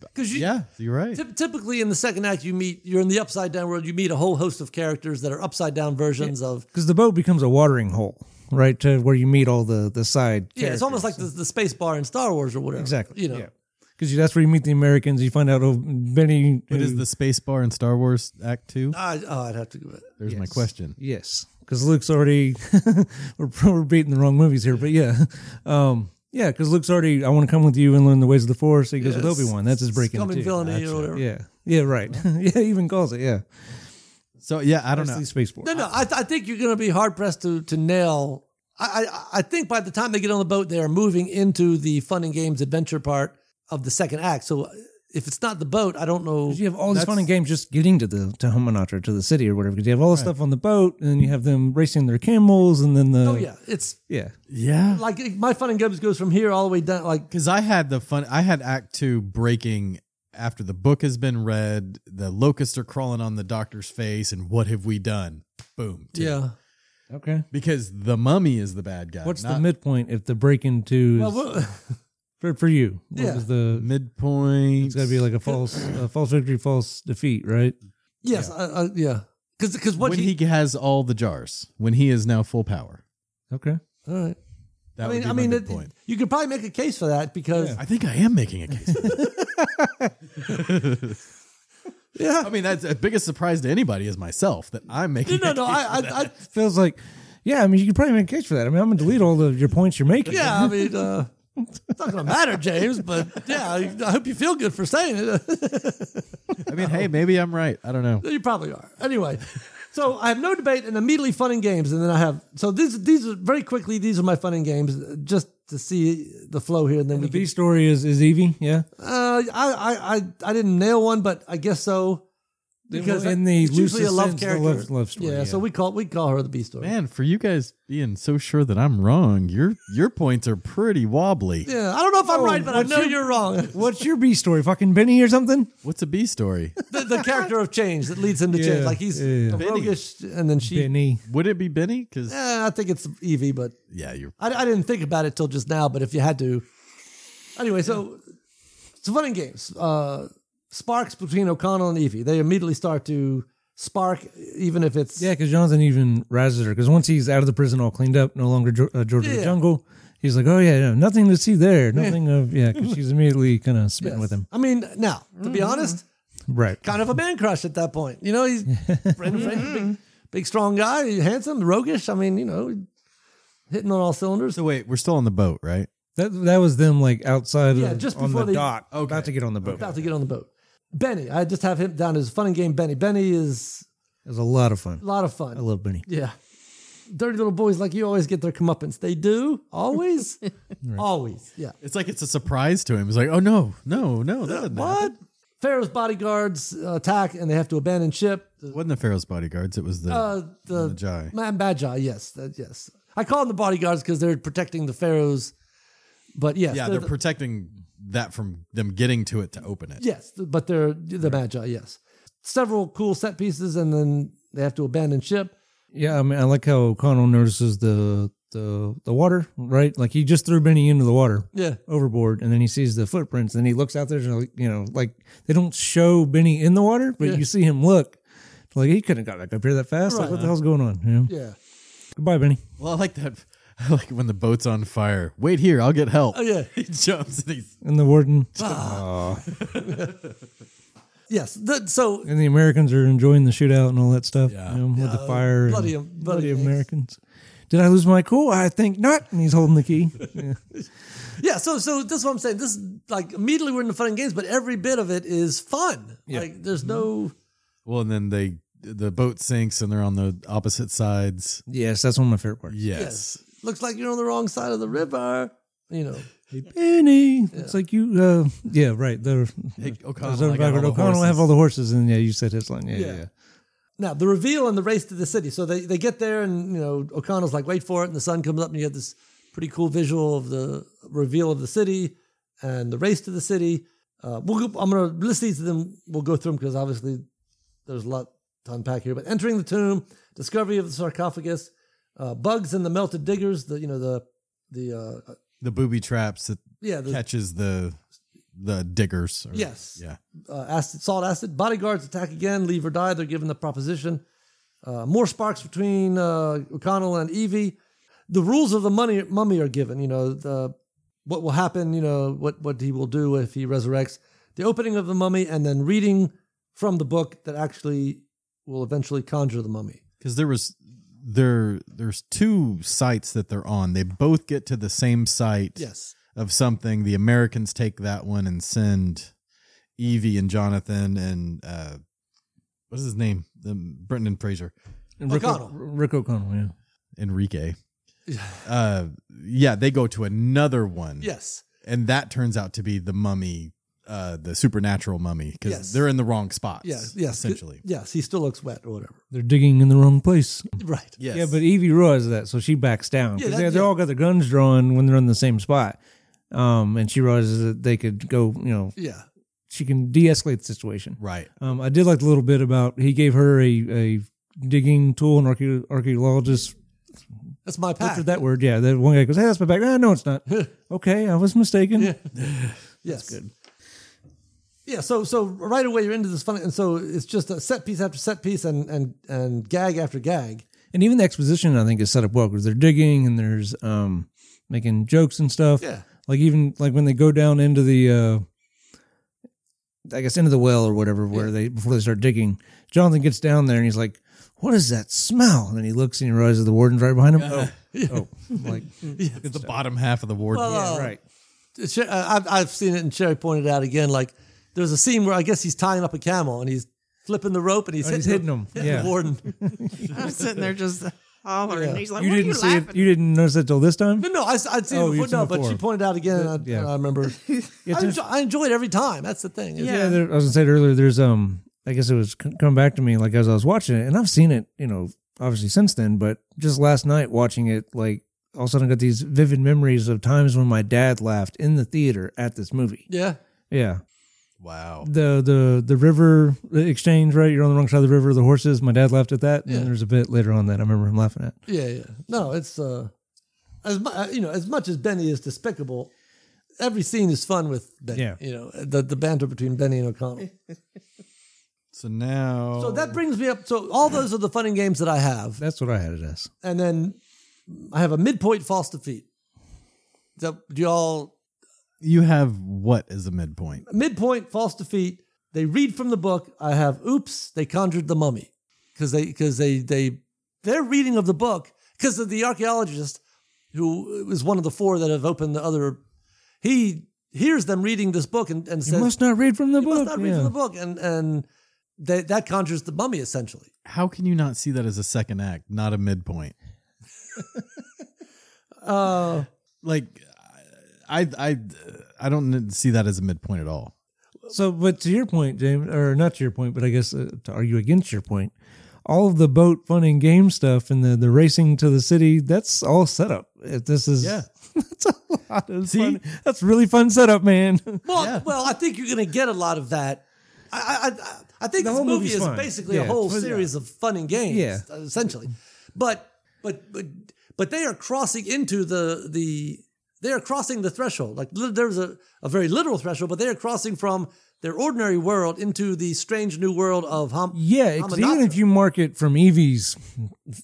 because you,
Yeah, you're right.
Typ- Typically, in the second act, you meet you're in the upside down world. You meet a whole host of characters that are upside down versions of.
because the boat becomes a watering hole, right? To where you meet all the the side.
Yeah, it's almost like the, the space bar in Star Wars or whatever.
exactly
You know,
Because that's where you meet the Americans. You find out oh, Benny. uh,
But
who-
is the space bar in Star Wars Act Two?
I, oh, I'd have to.
There's my
Yes.
question.
yes? because Luke's already we're, we're beating the wrong movies here, but yeah, um, yeah, because Luke's already. I want to come with you and learn the ways of the Force. He goes
Yeah,
with Obi Wan. That's his break in
scum and
too.
villainy or whatever.
Yeah, yeah, right. yeah, he even calls it. Yeah,
So yeah, I don't
That's
know.
the space force.
No, no. I, th- I think you're going to be hard pressed to to nail. I, I I think by the time they get on the boat, they are moving into the fun and games adventure part of the second act. So if it's not the boat, I don't know.
You have all these fun
That's-
and games just getting to the to Homanatra to the city or whatever. Because you have all this stuff on the boat, and then you have them racing their camels, and then the
Oh yeah, it's
yeah.
Yeah,
like it- my fun and games goes from here all the way down. Like
because I had the fun. I had Act Two breaking after the book has been read. The locusts are crawling on the doctor's face, and what have we done? Boom. two.
yeah.
Okay.
Because the mummy is the bad guy.
What's the
not
midpoint if the break into is
Well, well,
for, for you? What
Yeah.
was the
midpoint?
It's got to be like a false, a false victory, false defeat, right?
yes, I, I, yeah. Because because what
when
he,
he, has all the jars. When he is now full power.
Okay.
all right.
That
I mean,
would be
I mean,
my
it,
midpoint.
you could probably make a case for that because
I think I am making a case.
yeah.
I mean, that's the biggest surprise to anybody is myself that I'm making.
no,
a
no,
case.
I, I, I,
Feels like, yeah. I mean, you could probably make a case for that. I mean, I'm gonna delete all of your points you're making.
yeah, I mean, uh, it's not going to matter, James, but yeah, I, I hope you feel good for saying it.
I mean,
Oh.
hey, maybe I'm right. I don't know.
you probably are. Anyway, so I have no debate and immediately fun and games, and then I have so these these are very quickly these are my fun and games uh, just to see the flow here, and then
The
we
B
can,
story is is Evie. Yeah.
uh, I, I I I didn't nail one, but I guess so because
in the
it's usually
loosest
a love
sense, the
character,
love- love story,
Yeah, so
yeah.
we call we call her the B story.
Man, for you guys being so sure that I'm wrong, your your points are pretty wobbly.
Yeah, I don't know if
Oh,
I'm right, but I know you're wrong.
What's your B story? Fucking Benny or something?
What's a B story?
the, the character of change that leads him to change,
Yeah,
like he's
yeah.
a roguish, and then she.
Benny.
Would it be Benny? Because
Eh, I think it's Evie, but
yeah, you're
I, I didn't think about it till just now, but if you had to. Anyway, so it's fun and games. Uh, sparks between O'Connell and Evie. They immediately start to spark, even if it's.
Yeah, because Jonathan even rises her. Because once he's out of the prison, all cleaned up, no longer Geor- uh, George of
Yeah.
the Jungle, he's like, oh yeah, no, nothing to see there. Nothing of yeah. Because she's immediately kind of smitten with him.
I mean, now, to be honest,
Right.
kind of a man crush at that point. You know, he's Brandon Fraser, big, big, strong guy, handsome, roguish. I mean, you know, hitting on all cylinders.
so wait, we're still on the boat, right?
That that was them like outside
Yeah,
of,
just
on
before
the
they-
dock, about to get on the boat.
About to get on the boat. Benny, I just have him down as fun and game Benny. Benny is
It was a lot of fun.
a lot of
I
fun.
love Benny.
Yeah. Dirty little boys like you always get their comeuppance. They do? Always? Always. Yeah.
It's like it's a surprise to him. He's like, oh no, no, no, that doesn't
What?
happen.
Pharaoh's bodyguards uh, attack and they have to abandon ship.
It wasn't the Pharaoh's bodyguards. It was the
Uh, the
Magi.
Man Magi, yes. That, yes. I call them the bodyguards because they're protecting the Pharaohs. But yes.
yeah.
they're
They're
the-
protecting that from them getting to it to open it.
Yes, th- but they're the Magi, yes. Several cool set pieces and then they have to abandon ship.
Yeah, I mean, I like how O'Connell notices the the the water, right? Like he just threw Benny into the water
Yeah.
overboard, and then he sees the footprints, and he looks out there, and you know, like they don't show Benny in the water, but
Yeah.
you see him look. Like he couldn't have got back up here that fast. Like
Right.
what the hell's going on? You know?
Yeah.
Goodbye, Benny.
Well, I like that. I like when the boat's on fire. Wait here, I'll get help.
Oh, yeah.
he jumps and he's
And the warden
Ah. Yes. The, so
and the Americans are enjoying the shootout and all that stuff.
Yeah.
you know, with the fire, and
bloody- bloody eggs.
Americans. Did I lose my cool? I think not. And he's holding the key. Yeah.
Yeah, so so that's what I'm saying. This is, like immediately we're in the fun and games, but every bit of it is fun. Like there's no
well, and then they the boat sinks and they're on the opposite sides.
yes, that's one of my favorite parts.
Yes.
looks like you're on the wrong side of the river. You know.
Benny. It's like you, uh, yeah, right. The
Hey, O'Connell,
O'Connell,
I got Oh all the
O'Connell
horses.
have all the horses, and yeah, you said his line. Yeah, yeah.
Yeah. Now the reveal and the race to the city. So they, they get there and you know O'Connell's like wait for it and the sun comes up and you get this pretty cool visual of the reveal of the city and the race to the city. Uh, we'll go, I'm gonna list these of them. We'll go through them because obviously there's a lot to unpack here. But entering the tomb, discovery of the sarcophagus, uh, bugs and the melted diggers. The you know the the uh,
the booby traps that
yeah the
catches the the diggers. or-
Yes.
Yeah.
uh, acid, salt acid. Bodyguards attack again, leave or die. They're given the proposition. Uh, more sparks between uh, O'Connell and Evie. The rules of the money, mummy are given. You know the what will happen. You know what what he will do if he resurrects. The opening of the mummy and then reading from the book that actually will eventually conjure the mummy.
Because there was there there's two sites that they're on. They both get to the same site
Yes.
of something. The Americans take that one and send Evie and Jonathan and uh what's his name? The Brendan Fraser.
And Rick,
O'Connell.
Rick O'Connell, yeah.
Enrique. Uh yeah, they go to another one.
Yes.
And that turns out to be the mummy, uh the supernatural mummy. Because
Yes.
they're in the wrong spots.
Yes. Yes.
Essentially.
Yes. He still looks wet or whatever.
They're digging in the wrong place.
Right.
Yes.
Yeah, but Evie realizes that, so she backs down.
Yeah,
'Cause
that-
they, they
yeah.
all got their guns drawn when they're in the same spot. Um, and she realizes that they could go, you know,
Yeah.
she can de escalate the situation.
Right.
Um, I did like the little bit about he gave her a, a digging tool, and archae- archaeologist
That's my
What's
pack.
that word. Yeah, that one guy goes, "Hey, that's my back." Ah, no, it's not. okay, I was mistaken.
Yeah. yes. good. Yeah, so so right away you're into this fun, and so it's just a set piece after set piece, and and and gag after gag.
And even the exposition, I think, is set up well because they're digging and there's um making jokes and stuff.
Yeah.
like even like when they go down into the. uh I guess into the well or whatever, where they before they start digging, Jonathan gets down there and he's like, "What is that smell?" And then he looks and he realizes the warden's right behind him. Oh, oh, like
It's the bottom half of the ward.
Well, uh,
right.
Sh- uh, I've, I've seen it, and Sherry pointed out again. Like there's a scene where I guess he's tying up a camel, and he's flipping the rope, and he's
Oh,
hitting,
he's hitting him.
hitting
Yeah.
the warden.
I'm sitting there just hollering. He's like,
you
"What are
didn't
you
see
laughing
it. You didn't notice it till this time.
No, no, I, would seen
Oh,
it before,
you've seen
no,
it
but she
before.
pointed out again, and I,
Yeah.
and I remember. I, enjoy, I enjoyed every time. That's the thing. It's-
Yeah.
Yeah, there, I was gonna say it earlier. There's um, I guess it was c- coming back to me like as I was watching it, and I've seen it, you know, obviously since then. But just last night watching it, like all of a sudden I got these vivid memories of times when my dad laughed in the theater at this movie.
yeah.
Yeah,
Wow.
the the the river exchange, right? You're on the wrong side of the river. The horses. My dad laughed at that,
Yeah.
and there's a bit later on that I remember him laughing at.
Yeah, yeah. No, it's uh, as mu- uh, you know, as much as Benny is despicable, every scene is fun with Benny.
Yeah.
You know, the the banter between Benny and O'Connell.
So now.
So that brings me up. So all those are the fun and games that I have,
That's what I had it as.
and then I have a midpoint false defeat. So do y'all
you have what as a midpoint?
midpoint false defeat? They read from the book. I have oops. They conjured the mummy because they because they they their reading of the book because of the archaeologist who was one of the four that have opened the other. He hears them reading this book and, and
You
says,
must not read from the
"You
book.
must not read
yeah.
from the book," and and they, that conjures the mummy essentially.
How can you not see that as a second act, not a midpoint?
Uh,
Like, I I I don't see that as a midpoint at all.
So, but to your point, James, or not to your point, but I guess uh, to argue against your point, all of the boat fun and game stuff and the, the racing to the city, that's all set up. If This is,
Yeah.
that's a lot of
See?
fun. That's really fun setup, man.
Well,
Yeah.
well, I think you're going to get a lot of that. I, I- I, I think
The
this
whole
movie
movie's
is
fun.
basically a
Yeah.
whole
Yeah.
series of fun and games,
Yeah.
essentially. But, but, but, but they are crossing into the the they are crossing the threshold. Like li- there's a a very literal threshold, but they are crossing from their ordinary world into the strange new world of hum.
Yeah, 'cause even
Hamanatra.
if you mark it from Evie's,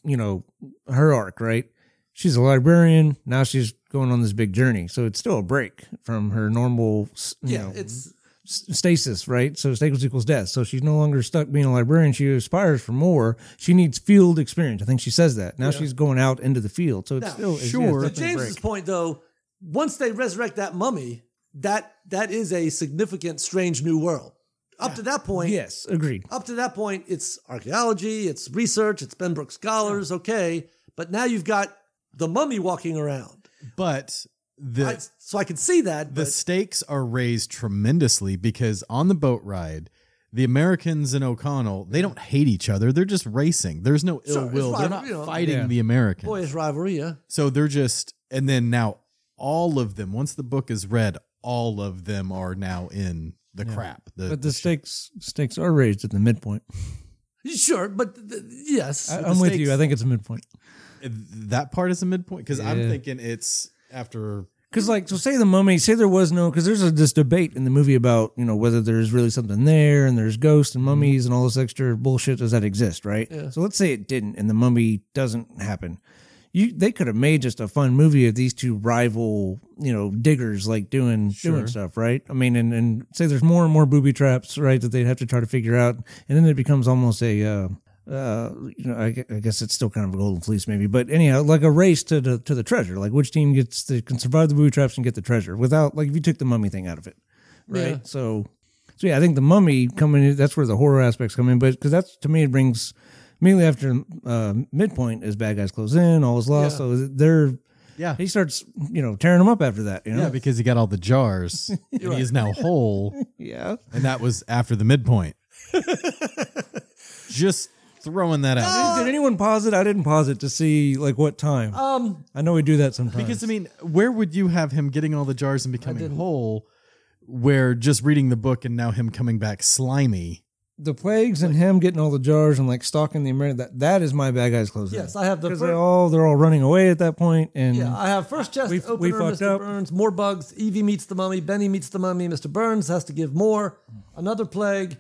you know, her arc, right? She's a librarian. Now she's going on this big journey. So it's still a break from her normal, s- you
yeah,
know,
it's
s- stasis, right? So stasis equals death. So she's no longer stuck being a librarian. She aspires for more. She needs field experience. I think she says that. Now she's going out into the field. So it's
Now,
still it's-
sure.
it's
to
definitely a
James's
break.
point though. Once they resurrect that mummy, that that is a significant strange new world. Up to that point,
Yes, agreed.
up to that point, it's archaeology, it's research, it's Benbrook scholars, okay. But now you've got the mummy walking around.
But the
I, so I can see that.
the
But
stakes are raised tremendously because on the boat ride, the Americans and O'Connell they don't hate each other. They're just racing. There's no ill
Sure, it's
will.
rival-
They're not
you know,
fighting
Yeah.
the Americans.
boyish rivalry, yeah.
So they're just, and then now all of them, once the book is read, all of them are now in the crap. The,
But the stakes stakes are raised at the midpoint.
Sure, but th- th- yes.
I,
the
I'm with
stakes-
you. I think it's a midpoint.
that part is a midpoint because I'm
Yeah.
thinking it's after.
Because like, so say the mummy, say there was no, because there's a, this debate in the movie about you know whether there's really something there and there's ghosts and mummies and all this extra bullshit does that exist, right? So let's say it didn't and the mummy doesn't happen. You they could have made just a fun movie of these two rival you know diggers like doing doing stuff, right? I mean, and and say there's more and more booby traps, right? That they'd have to try to figure out, and then it becomes almost a uh, uh, you know, I, gue- I guess it's still kind of a golden fleece, maybe. But anyhow, like a race to the to the treasure. Like which team gets the can survive the booby traps and get the treasure without like if you took the mummy thing out of it, right?
Yeah.
So, so yeah, I think the mummy coming in, that's where the horror aspects come in, but because that's to me it brings immediately after uh, midpoint as bad guys close in, all is lost.
Yeah.
So they're
Yeah.
he starts you know tearing them up after that, you know.
Yeah, because he got all the jars and he is now whole.
yeah.
And that was after the midpoint. Just throwing that out.
Did anyone pause it? I didn't pause it to see like what time. Um, I know we do that sometimes.
Because I mean, where would you have him getting all the jars and becoming whole? Where just reading the book and now him coming back slimy.
the plagues and him getting all the jars and like stalking the American that that is my bad guys closing.
Yes, I have the
because
fir-
they all they're all running away at that point and
Yeah, I have first chest
We-
opener,
we fucked
Mr.
up.
Burns, more bugs, Evie meets the mummy, Benny meets the mummy, Mr. Burns has to give more, another plague,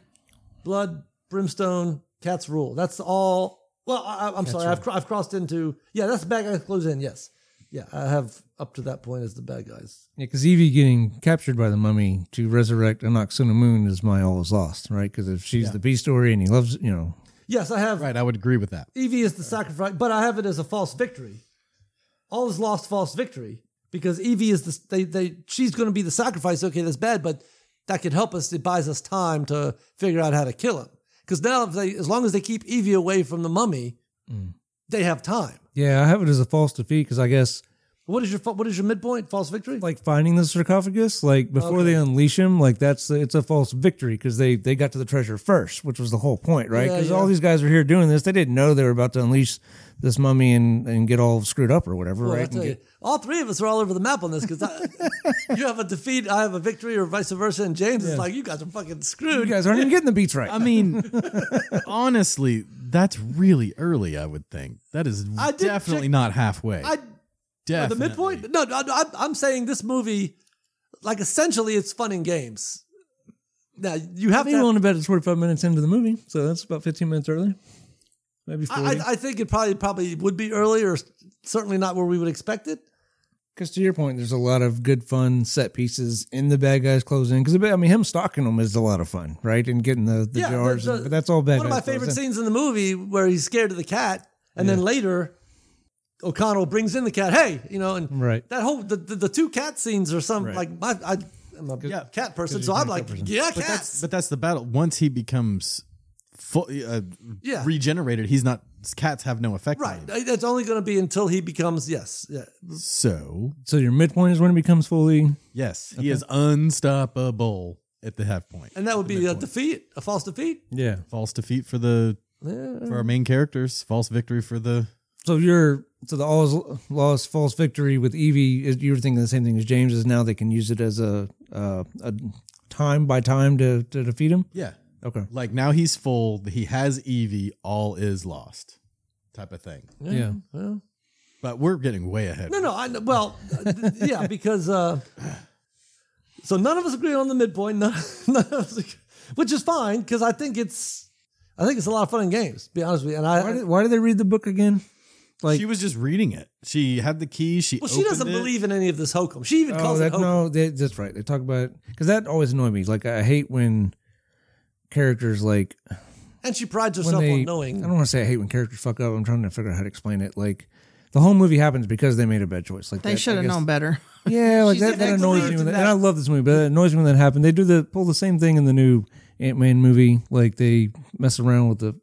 blood, brimstone, cat's rule. That's all. Well, I, I- I'm sorry, I've, cr- I've crossed into, yeah, that's the bad guys close in, yes. Yeah, I have up to that point as the bad guys.
because Evie getting captured by the mummy to resurrect Anoxuna Moon is my all is lost right because if she's the B story and he loves you know
Yes, I have
Right, I would agree with that.
Evie is the sacrifice, but I have it as a false victory. All is lost, false victory because Evie is the they they she's going to be the sacrifice. Okay, that's bad, but that could help us. It buys us time to figure out how to kill him. Because now, if they, as long as they keep Evie away from the mummy,
Mm.
they have time.
yeah I have it as a false defeat because I guess
What is your fa- what is your midpoint? False victory.
like finding the sarcophagus like before
Okay.
they unleash him like that's it's a false victory because they they got to the treasure first which was the whole point right
Yeah,
because
yeah.
all these guys were here doing this they didn't know they were about to unleash this mummy and and get all screwed up or whatever
Well, I
right and
tell you,
get-
all three of us are all over the map on this because you have a defeat, I have a victory, or vice versa. And James is like, you guys are fucking screwed.
you guys aren't even getting the beats right
I mean, honestly, that's really early. I would think that is
I did
definitely
check-
not halfway.
I Or
definitely.
the midpoint? No, no, no, I'm, I'm saying this movie, like essentially, it's fun and games. Now you have
I
to.
mean,
have-
willing to bet it's 45 minutes into the movie, so that's about 15 minutes early. Maybe
I,
40.
I- I think it probably probably would be early, or certainly not where we would expect it.
Because to your point, there's a lot of good fun set pieces in the bad guys closing. Because I mean, him stalking them is a lot of fun, right? And getting the, the
Yeah, the-
jars.
the-
and, but that's all bad
One of
guys
my favorite
close in.
scenes in the movie where he's scared of the cat, and then later, O'Connell brings in the cat. Hey, you know, and
Right.
that whole the, the, the two cat scenes are some
Right.
like my I, I'm a
Yeah.
cat person,
you're
so
a
I'm
cat
like
person.
yeah,
But that's
cats.
but that's the battle. Once he becomes full, uh,
Yeah.
regenerated, he's not. Cats have no effect
Right,
on him.
it's only going to be until he becomes yes, yeah,
So
So your midpoint is when it becomes fully.
yes, he is unstoppable at the half point.
and that would be a defeat, a false defeat.
Yeah.
false defeat for the for our main characters. False victory for the
So your so the all is lost false victory with Evie. Is, you were thinking the same thing as James is now. They can use it as a uh, a time by time to to defeat him.
yeah.
Okay.
Like now he's full. He has Evie. All is lost, type of thing.
Yeah.
Well,
But we're getting way ahead.
no, no. I, well, uh, th- yeah, because uh, so none of us agree on the midpoint, none, none of us, agree- which is fine because I think it's, I think it's a lot of fun and games. To be honest with you, and I,
Why did, why did they read the book again? Like
she was just reading it. She had the key. She
well, she doesn't believe in any of this hokum. She even
Oh,
calls
that,
it hokum.
no, they, that's right. They talk about because that always annoyed me. Like I hate when characters like
and she prides
when
herself
they.
on knowing.
I don't want to say I hate when characters fuck up. I'm trying to figure out how to explain it. Like the whole movie happens because they made a bad choice. Like
They
that,
should
I
have
guess-
known better.
Yeah, like
She's
that, that
exactly
annoys me.
into
When that,
that.
and I love this movie, but that annoys me when that happened. They do the pull the same thing in the new Ant Man movie. Like they mess around with the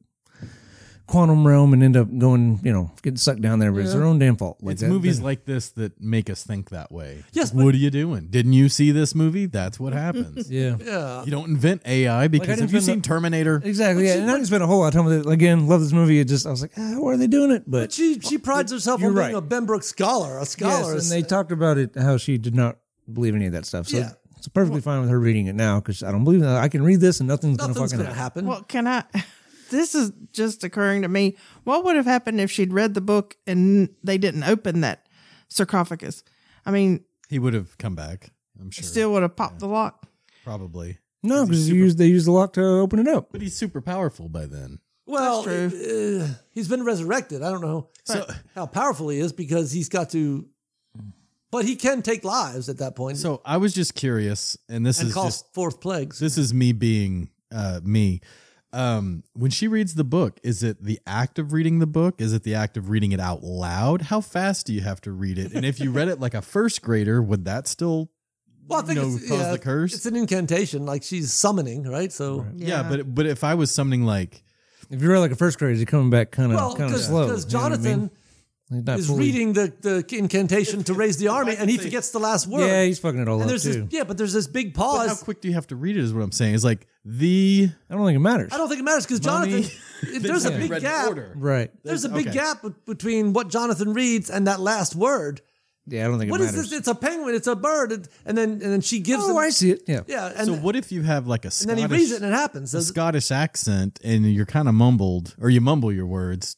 quantum realm and end up going, you know, getting sucked down there. But it's their own damn fault. Like
It's
that-
movies
that-
like this that make us think that way.
Yes,
What are you doing? Didn't you see this movie? That's what happens.
yeah.
yeah,
You don't invent AI because
didn't
have you
invent
seen
the-
Terminator?
Exactly. Yeah, and I didn't spend a whole lot of time with it. Again, love this movie. It just I was like, ah, why are they doing it? But,
but she she prides herself on
you're
being
right.
a Benbrook scholar, a
yes,
scholar.
and they talked about it how she did not believe any of that stuff. So
Yeah.
it's perfectly fine with her reading it now because I don't believe that. I can read this and nothing's, gonna
nothing's
fucking
going to happen.
happen.
Well, can I? This is just occurring to me. What would have happened if she'd read the book and they didn't open that sarcophagus? I mean,
He would have come back. I'm sure.
still would have popped the lock.
probably.
No, because you use they use the lock to open it up.
But he's super powerful by then.
Well,
That's
uh, he's been resurrected. I don't know how powerful he is because he's got to, but he can take lives at that point
So I was just curious, and this
and
is
cause
just
forth plagues.
this is me being uh, me. um when she reads the book is it the act of reading the book is it the act of reading it out loud how fast do you have to read it and if you read it like a first grader would that still
Well, I think
you know,
it's,
cause
yeah,
the curse
it's an incantation, like she's summoning, right? So,
Right.
yeah. but but if i was summoning like
If you're like a first grader, you're coming back kind of
well,
kind of
because
slow. you know what I mean?
Jonathan
He's not
is
fully-
reading the, the incantation to raise the army, and he forgets the last word.
Yeah, he's fucking it all
and
up
there's this,
too.
yeah, but there's this big
but how
pause.
quick do you have to read it is what i'm saying it's like the
I don't think it matters.
I don't think it matters because
Mommy,
Jonathan, there's a
have to
big
read in
gap.
order.
Right?
There's a big
Okay.
gap be- between what Jonathan reads and that last word.
Yeah, I don't think
What
it
is
matters.
this? It's a penguin. It's a bird, and, and then and then she gives.
Oh,
him,
I see it. Yeah.
yeah, and,
so what if you have like a
and then
Scottish,
he reads it and it happens.
a
Does-
Scottish accent and you're kind of mumbled or you mumble your words?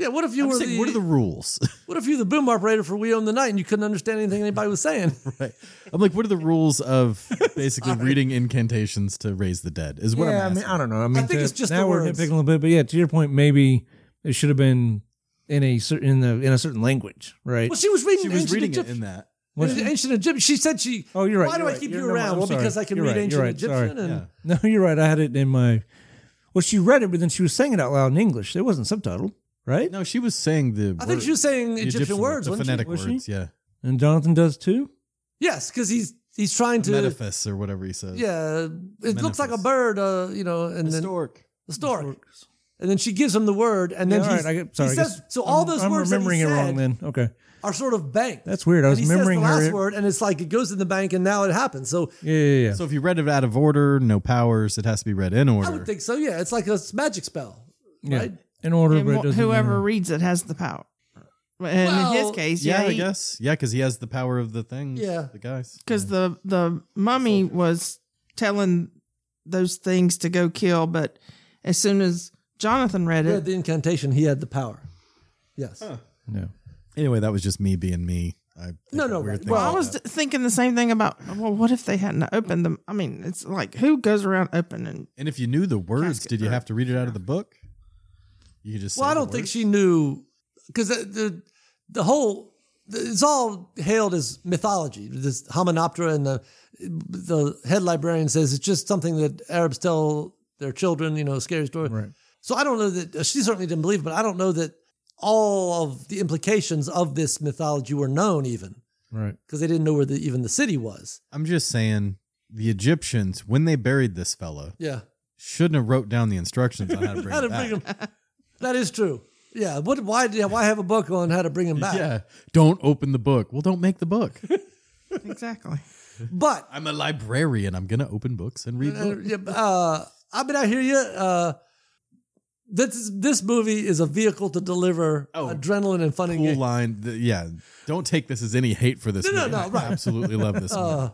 yeah, what if you
I'm
were
just saying, what are the rules?
What if you the boom operator for We Own the Night and you couldn't understand anything anybody was saying?
right. I'm like, what are the rules of basically reading incantations to raise the dead? Is what
yeah, I
I'm
mean,
asking.
I don't know. I mean,
think
to-
it's just
now
the
we're
words.
nitpicking a little bit, but yeah, to your point, maybe it should have been in a certain in the in a certain language, right?
Well, she was reading
she was
ancient
reading
Egypt-
it in that.
Was she-
ancient Egyptian. She said she.
Oh, you're right.
Why do
you're
I
right,
keep
you're-
you
no,
around?
I'm
Well,
sorry.
because I can
You're
read
right,
ancient
you're right, sorry.
Egyptian, and
Yeah.
No, you're right. I had it in my. Well, she read it, but then she was saying it out loud in English. It wasn't subtitled, right?
No, she was saying the.
I think
word-
she was saying
the
Egyptian, words,
the
wasn't
phonetic
Was she?
words. Yeah,
And Jonathan does too.
she? Yes, because he's he's trying to.
Metaphys or whatever he says.
Yeah, it looks like a
Metaphys.
bird, uh, you know, and then
stork.
the stork. And then she gives him the word, and then
Yeah, all
he's-
right, I get- sorry, I
he says.
guess
So all
I'm-
those
I'm
words
remembering
that he
it
said
wrong. Then okay,
are sort of banked.
that's weird. I was
and he
remembering
says the last
her.
word, and it's like it goes in the bank, and now it happens. So
Yeah, yeah, yeah.
So if you read it out of order, no powers. It has to be read in order.
I would think so. Yeah, it's like a magic spell,
yeah.
right?
In order,
And
but it
wh-
doesn't
whoever
matter.
reads it has the power. And in his
Well,
case,
yeah,
yeah,
I guess. Yeah, because he has the power of the thing.
Yeah.
the guys.
because the the mummy was telling those things to go kill, but as soon as Jonathan read
Read
it,
the incantation, he had the power. Yes.
No.
Anyway, that was just me being me. I think
No,
a
no,
weird
right.
thing
well, I
like
was
that.
thinking the same thing about well, what if they hadn't opened them? I mean, it's like who goes around opening?
And if you knew the words,
Casket
did you
or-
have to read it out of the book? You could just.
Well,
say
I
the
don't think
words.
she knew because the, the the whole it's all hailed as mythology. This Hymenoptera and the the head librarian says it's just something that Arabs tell their children. You know, scary story.
Right.
So I don't know that uh, she certainly didn't believe, it, but I don't know that all of the implications of this mythology were known even
Right.
because they didn't know where the, even the city was.
I'm just saying the Egyptians when they buried this fella
Yeah,
shouldn't have wrote down the instructions on how to bring
how to
him back.
bring him. That is true. Yeah. What? Why? did- Why have a book on how to bring him back?
Yeah, don't open the book. Well, don't make the book.
Exactly.
But
I'm a librarian. I'm gonna open books and read
Uh,
books.
yeah, uh, I mean, I hear you. Uh, this this movie is a vehicle to deliver
Oh,
adrenaline and fun and
Cool
games.
line. th- yeah, don't take this as any hate for this.
No, no,
movie.
no,
I
right.
Absolutely love this. movie.
Uh,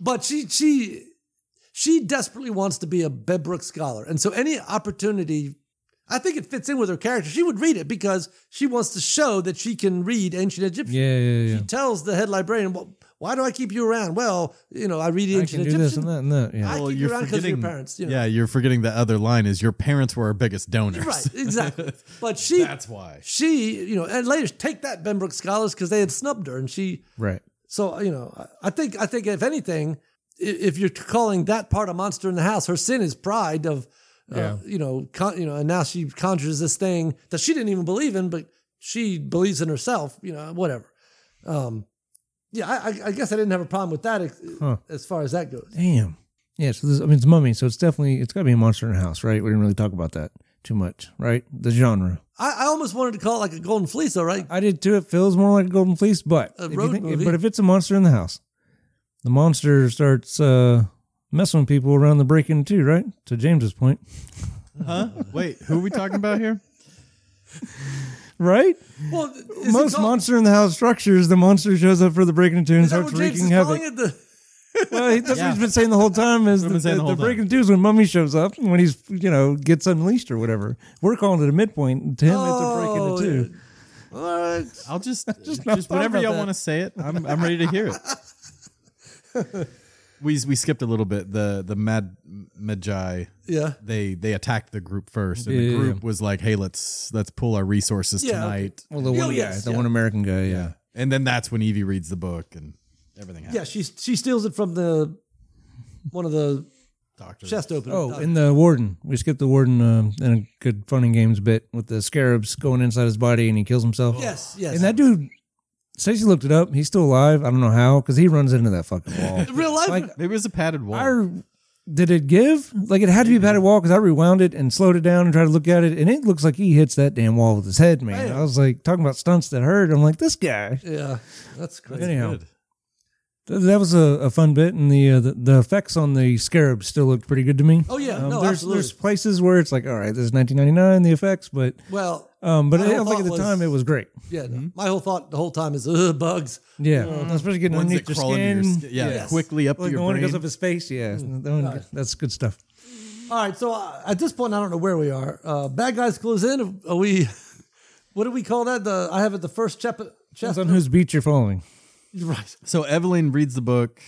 but she she she desperately wants to be a Bedbrook scholar, and so any opportunity, I think it fits in with her character. She would read it because she wants to show that she can read ancient Egyptian.
Yeah, yeah, yeah.
She tells the head librarian, well, "Why do I keep you around?" Well, you know, I read
I
ancient
can do
Egyptian.
this and that and that. Yeah.
I
Well,
keep you
you're
around because of your
forgetting-
parents. You know?
Yeah, you're forgetting the other line is your parents were our biggest donors.
Right, exactly. But she
That's why.
she, you know, and later take that Benbrook scholars because they had snubbed her, and she.
Right.
So you know, I- I think I think if anything, i- if you're calling that part a monster in the house, her sin is pride of, uh,
Yeah.
you know, con- you know, and now she conjures this thing that she didn't even believe in, but she believes in herself. You know, whatever. Um, yeah, I, I- I guess I didn't have a problem with that ex-
Huh.
as far as that goes.
Damn. Yeah. So this, I mean, it's mummy. So it's definitely it's got to be a monster in a house, right? We didn't really talk about that too much, right? The genre.
I, I almost wanted to call it like a golden fleece, all right?
I did too. It feels more like a Golden Fleece, but
A
if you
road
think-
movie.
but if it's a monster in the house, the monster starts uh, messing with people around the break in too, right? To James's point,
Huh? Wait, who are we talking about here?
right?
Well, is it
Most
called-
monster in the house structures, the monster shows up for the break in two and
Is that
starts
what James
wreaking
is
havoc.
calling it? The,
Well, he- that's what
Yeah.
he's been saying the whole time is the,
been saying
the,
the whole
the breaking
time.
two is when mummy shows up and when he's you know gets unleashed or whatever. We're calling it a midpoint. To him,
Oh,
it's a break into two.
all right.
I'll just just,
not thought
whenever
about
y'all
that.
want to say it, I'm I'm ready to hear it. we we skipped a little bit. The the mad magi
Yeah.
they they attacked the group first, and
Yeah,
the
yeah,
group was like, "Hey, let's let's pull our resources
Yeah, okay.
tonight."
Well, the
Oh,
one guy,
yes,
the
yeah.
one American guy, yeah.
And then that's when Evie reads the book and everything happens.
Yeah, she she steals it from the one of the
Doctor.
Chest open.
Oh, and the warden. We skipped the warden um, in a good fun and games bit with the scarabs going inside his body and he kills himself.
yes, yes.
And that dude, Stacy looked it up. He's still alive. I don't know how because he runs into that fucking wall.
real life.
like,
Maybe it was a padded wall.
I did it give? Like it had to be a padded wall because I rewound it and slowed it down and tried to look at it, and it looks like he hits that damn wall with his head, man.
Damn.
I was like talking about stunts that hurt. I'm like this guy.
yeah, that's crazy.
Anyhow,
Good.
th- that was a, a fun bit, and the, uh, the the effects on the scarab still looked pretty good to me.
Oh, yeah.
Um,
No,
there's,
absolutely.
there's places where it's like, all right, this is 1999, the effects, but
Well,
um, but
My
I
whole
don't think at
thought
the
was-
time it was great.
yeah.
Mm-hmm.
no. My whole thought the whole time is Ugh, bugs.
Yeah, especially getting
Ones
underneath your
that crawl into your
skin.
skin. Yeah,
Yes.
quickly up to
Like
your
the one that
brain.
goes up his face, yeah, That one- that's good stuff.
All right. So uh, at this point, I don't know where we are. Uh, bad guys close in. Are we? What do we call that? The I have it. The first chap.
Depends
Chest.
on whose beat you're following.
Right.
So Evelyn reads the book,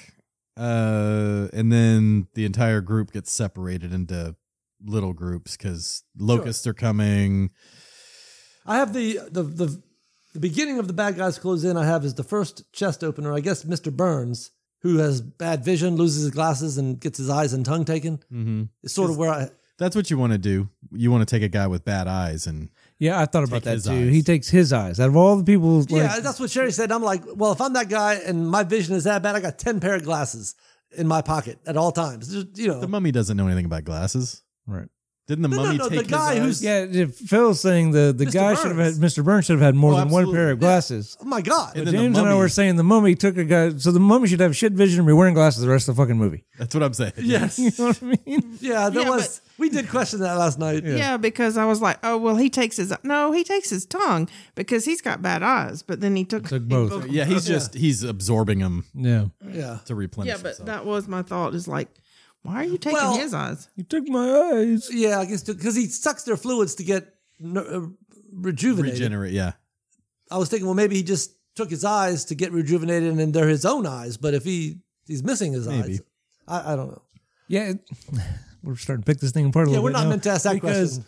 uh, and then the entire group gets separated into little groups because locusts are coming.
I have the the the. The beginning of the bad guys close in. I have is the first chest opener. I guess Mr. Burns, who has bad vision, loses his glasses and gets his eyes and tongue taken.
Mhm.
It's sort of where I
That's what you want to do. You want to take a guy with bad eyes, and
Yeah, I thought about
Take
that
his
too.
eyes.
He takes his eyes out of all the people. Like,
yeah, that's what Sherry said. I'm like, well, if I'm that guy and my vision is that bad, I got ten pair of glasses in my pocket at all times. Just, you know,
the mummy doesn't know anything about glasses.
right.
Didn't the
No, no,
mummy
no, the
take his
guy
eyes?
who's-
Yeah, if Phil's saying the the
Mr.
guy should have had
Burns.
Mr. Burns should have had more
Oh,
than one pair
absolutely.
of glasses.
oh my god,
And
But
then the
James and I
mummy-
were saying the mummy took a guy, so the mummy should have shit vision and be wearing glasses the rest of the fucking movie.
That's what I'm saying.
yes,
You know what I mean?
yeah, there
Yeah,
was. We did question that last night.
Yeah. because I was like, oh well, he takes his no, he takes his tongue because he's got bad eyes. But then he took,
Took
he
both.
yeah. He's just he's absorbing them
Yeah,
yeah.
to replenish.
Yeah, but
himself.
that was my thought. Is like, why are you taking
Well-
his eyes?
you took my eyes.
Yeah, I guess because he sucks their fluids to get n- uh, rejuvenated.
regenerate. Yeah,
I was thinking, well, maybe he just took his eyes to get rejuvenated, and then they're his own eyes. But if he he's missing his
Maybe.
eyes, I, I don't know.
Yeah, it- we're starting to pick this thing apart a
Yeah,
little
we're
bit
not
now
meant to ask that
because-
question.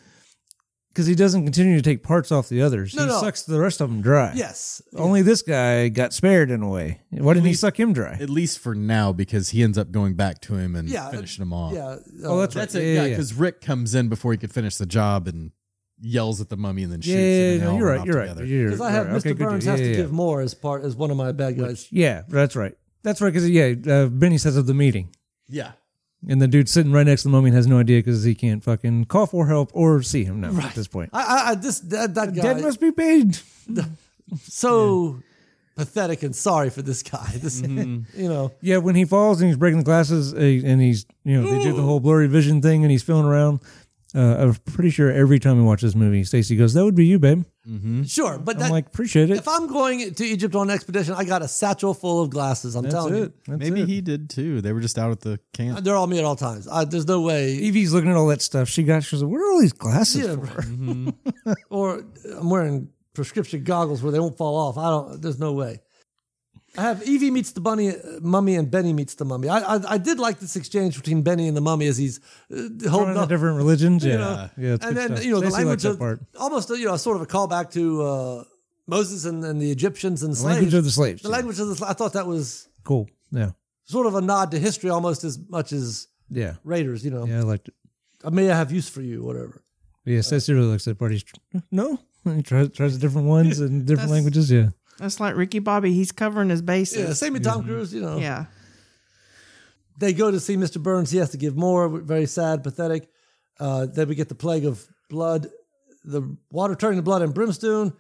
because he doesn't continue to take parts off the others.
No,
he
no.
sucks the rest of them dry.
Yes,
Only this guy got spared in a way. Why didn't he suck him dry?
at least for now, because he ends up going back to him and
Yeah,
finishing him off.
yeah. uh,
oh, that's right.
That's
yeah,
it. Yeah,
yeah,
because Rick comes in before he could finish the job and yells at the mummy and then shoots.
yeah,
him
yeah,
and they
no,
all
you're
run
right.
off
You're
together.
right. You're
Because I have
right.
Mr.
Okay, good
Burns
deal.
has
yeah,
to
yeah,
give more as part as one of my bad guys.
Yeah, that's right. That's right. Because yeah, uh, Benny sets up the meeting,
Yeah.
and the dude's sitting right next to the mummy and has no idea because he can't fucking call for help or see him now at this point.
I, I, I this that, that guy
Dead must be paid.
so pathetic and sorry for this guy. This,
Mm-hmm.
you know,
Yeah, when he falls and he's breaking the glasses uh, and he's, you know, they do the whole blurry vision thing and he's feeling around. Uh, I'm pretty sure every time we watch this movie, Stacy goes, "That would be you, babe."
sure, but that,
Hmm? I'm like, "Appreciate it."
if I'm going to Egypt on an expedition, I got a satchel full of glasses. I'm
That's
telling
it. That's
Maybe
it.
he did too. They were just out at the
you,
camp.
they're on me at all times. I, there's no way.
Evie's looking at all that stuff. She got. She's like, "What are all these glasses
Yeah,
for?" Mm-hmm.
Or uh, I'm wearing prescription goggles where they won't fall off. I don't. There's no way. I have Evie meets the bunny, uh, mummy, and Benny meets the mummy. I, I I did like this exchange between Benny and the mummy as he's uh,
Throwing
holding
the
up
different religions. Yeah,
know,
yeah. It's
and
good
then
stuff.
you know the
Stacy
language
likes that
of
part.
almost you know sort of a callback to uh, Moses and, and the Egyptians and slaves.
language of the slaves.
The
yeah.
language of the sla- I thought that was
Cool. Yeah,
sort of a nod to history almost as much as
yeah,
Raiders. You know,
yeah. I liked it.
I may have use for you, whatever.
But
Uh,
yeah, Stacy really likes that part. He's no. He tries, tries different ones and different languages. Yeah.
That's like Ricky Bobby. He's covering his
Yeah,
bases.
same with
Mm-hmm.
Tom Cruise. You know,
Yeah,
they go to see Mr. Burns. He has to give more. Very sad, pathetic. Uh, then we get the plague of blood, the water turning to blood and brimstone.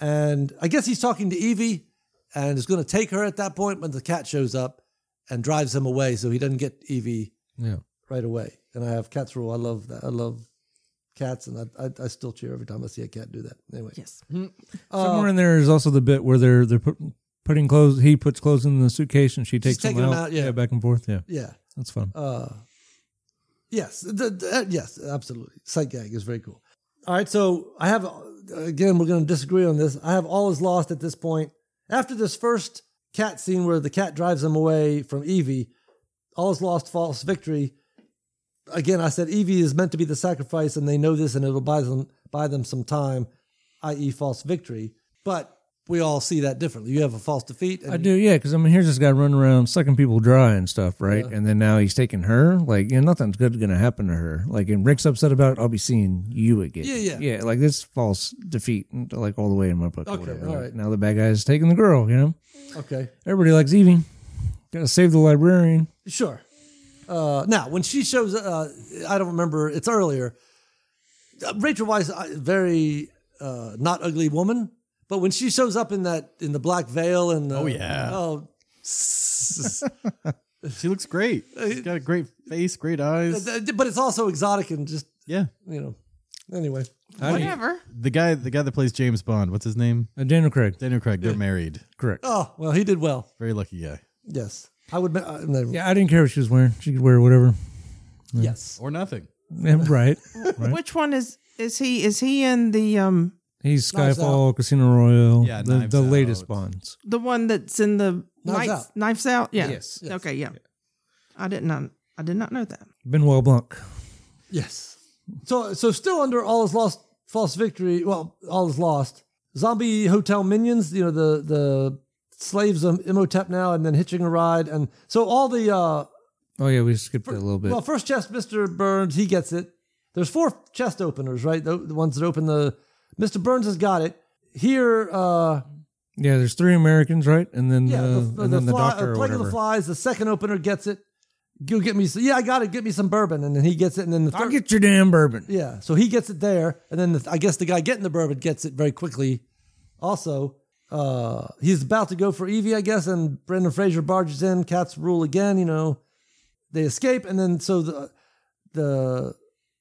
And I guess he's talking to Evie and is going to take her at that point when the cat shows up and drives him away so he doesn't get Evie
Yeah.
right away. And I have cat's rule. I love that. I love cats and I, I, I still cheer every time I see a cat do that. Anyway.
yes.
Uh,
Somewhere in there is also the bit where they're they're put, putting clothes. He puts clothes in the suitcase and she takes them
taking them
out.
out, yeah.
back and forth. Yeah,
Yeah.
that's fun.
Yes, the, the- uh, yes, absolutely. Sight gag is very cool. All right, so I have again. We're going to disagree on this. I have all is lost at this point. After this first cat scene where the cat drives him away from Evie, all is lost. False victory. Again, I said Evie is meant to be the sacrifice, and they know this, and it'll buy them buy them some time, i.e., false e, victory. But we all see that differently. You have a false defeat. And
I do, yeah, because I mean, here's this guy running around sucking people dry and stuff, right? And then now he's taking her. Like, you know, nothing's good going to happen to her. Like, and Rick's upset about it. I'll be seeing you again.
Yeah, yeah.
yeah. Like this false defeat, like all the way in my book. or
Okay,
whatever.
all
Like,
right.
Now the bad guy's taking the girl. You know,
Okay,
everybody likes Evie. Got to save the librarian.
sure. Uh, now, when she shows, uh, I don't remember. It's earlier. Uh, Rachel Weisz, uh, very uh, not ugly woman, but when she shows up in that in the black veil and uh,
Oh, yeah.
oh, s-
She looks great. She's got a great face, great eyes.
but it's also exotic and just
Yeah.
you know. Anyway,
Whatever.
The guy the guy that plays James Bond, what's his name?
Uh, Daniel Craig,
Daniel Craig. They're married.
correct.
oh well, he did well.
Very lucky guy.
Yes, I would. ma- uh, I- no,
Yeah, I didn't care what she was wearing. She could wear whatever.
Yes,
Or nothing.
Yeah, right. Right.
Which one is is he? Is he in the um
He's
Knives
Skyfall, Casino Royale,
Yeah,
the,
Knives
the latest
Out.
Bonds.
the one that's in the
Knives
knives,
Out.
out? Knives out? Yeah.
Yes. Yes.
Okay. Yeah. I did not. I did not know that.
Benoit Blanc.
yes. So, so still under all is lost, false victory. Well, all is lost. Zombie hotel minions. You know the the slaves of Imhotep now, and then hitching a ride, and so all the. uh
Oh yeah, we skipped that a little bit.
Well, first chest, Mister Burns, he gets it. There's four chest openers, right? The, the ones that open the. Mister Burns has got it. Here, uh
Yeah, there's three Americans, right? And then
yeah,
the,
the, the,
and
the,
then the
fly,
doctor
uh,
or
plague of the
whatever.
flies. The second opener gets it. Go get me. Some, yeah, I got it. Get me some bourbon, and then he gets it, and then the
I'll
third.
get your damn bourbon.
Yeah, so he gets it there, and then the, I guess the guy getting the bourbon gets it very quickly. Also, uh, he's about to go for Evie, I guess, and Brendan Fraser barges in. Cats rule again. You know, they escape, and then so the the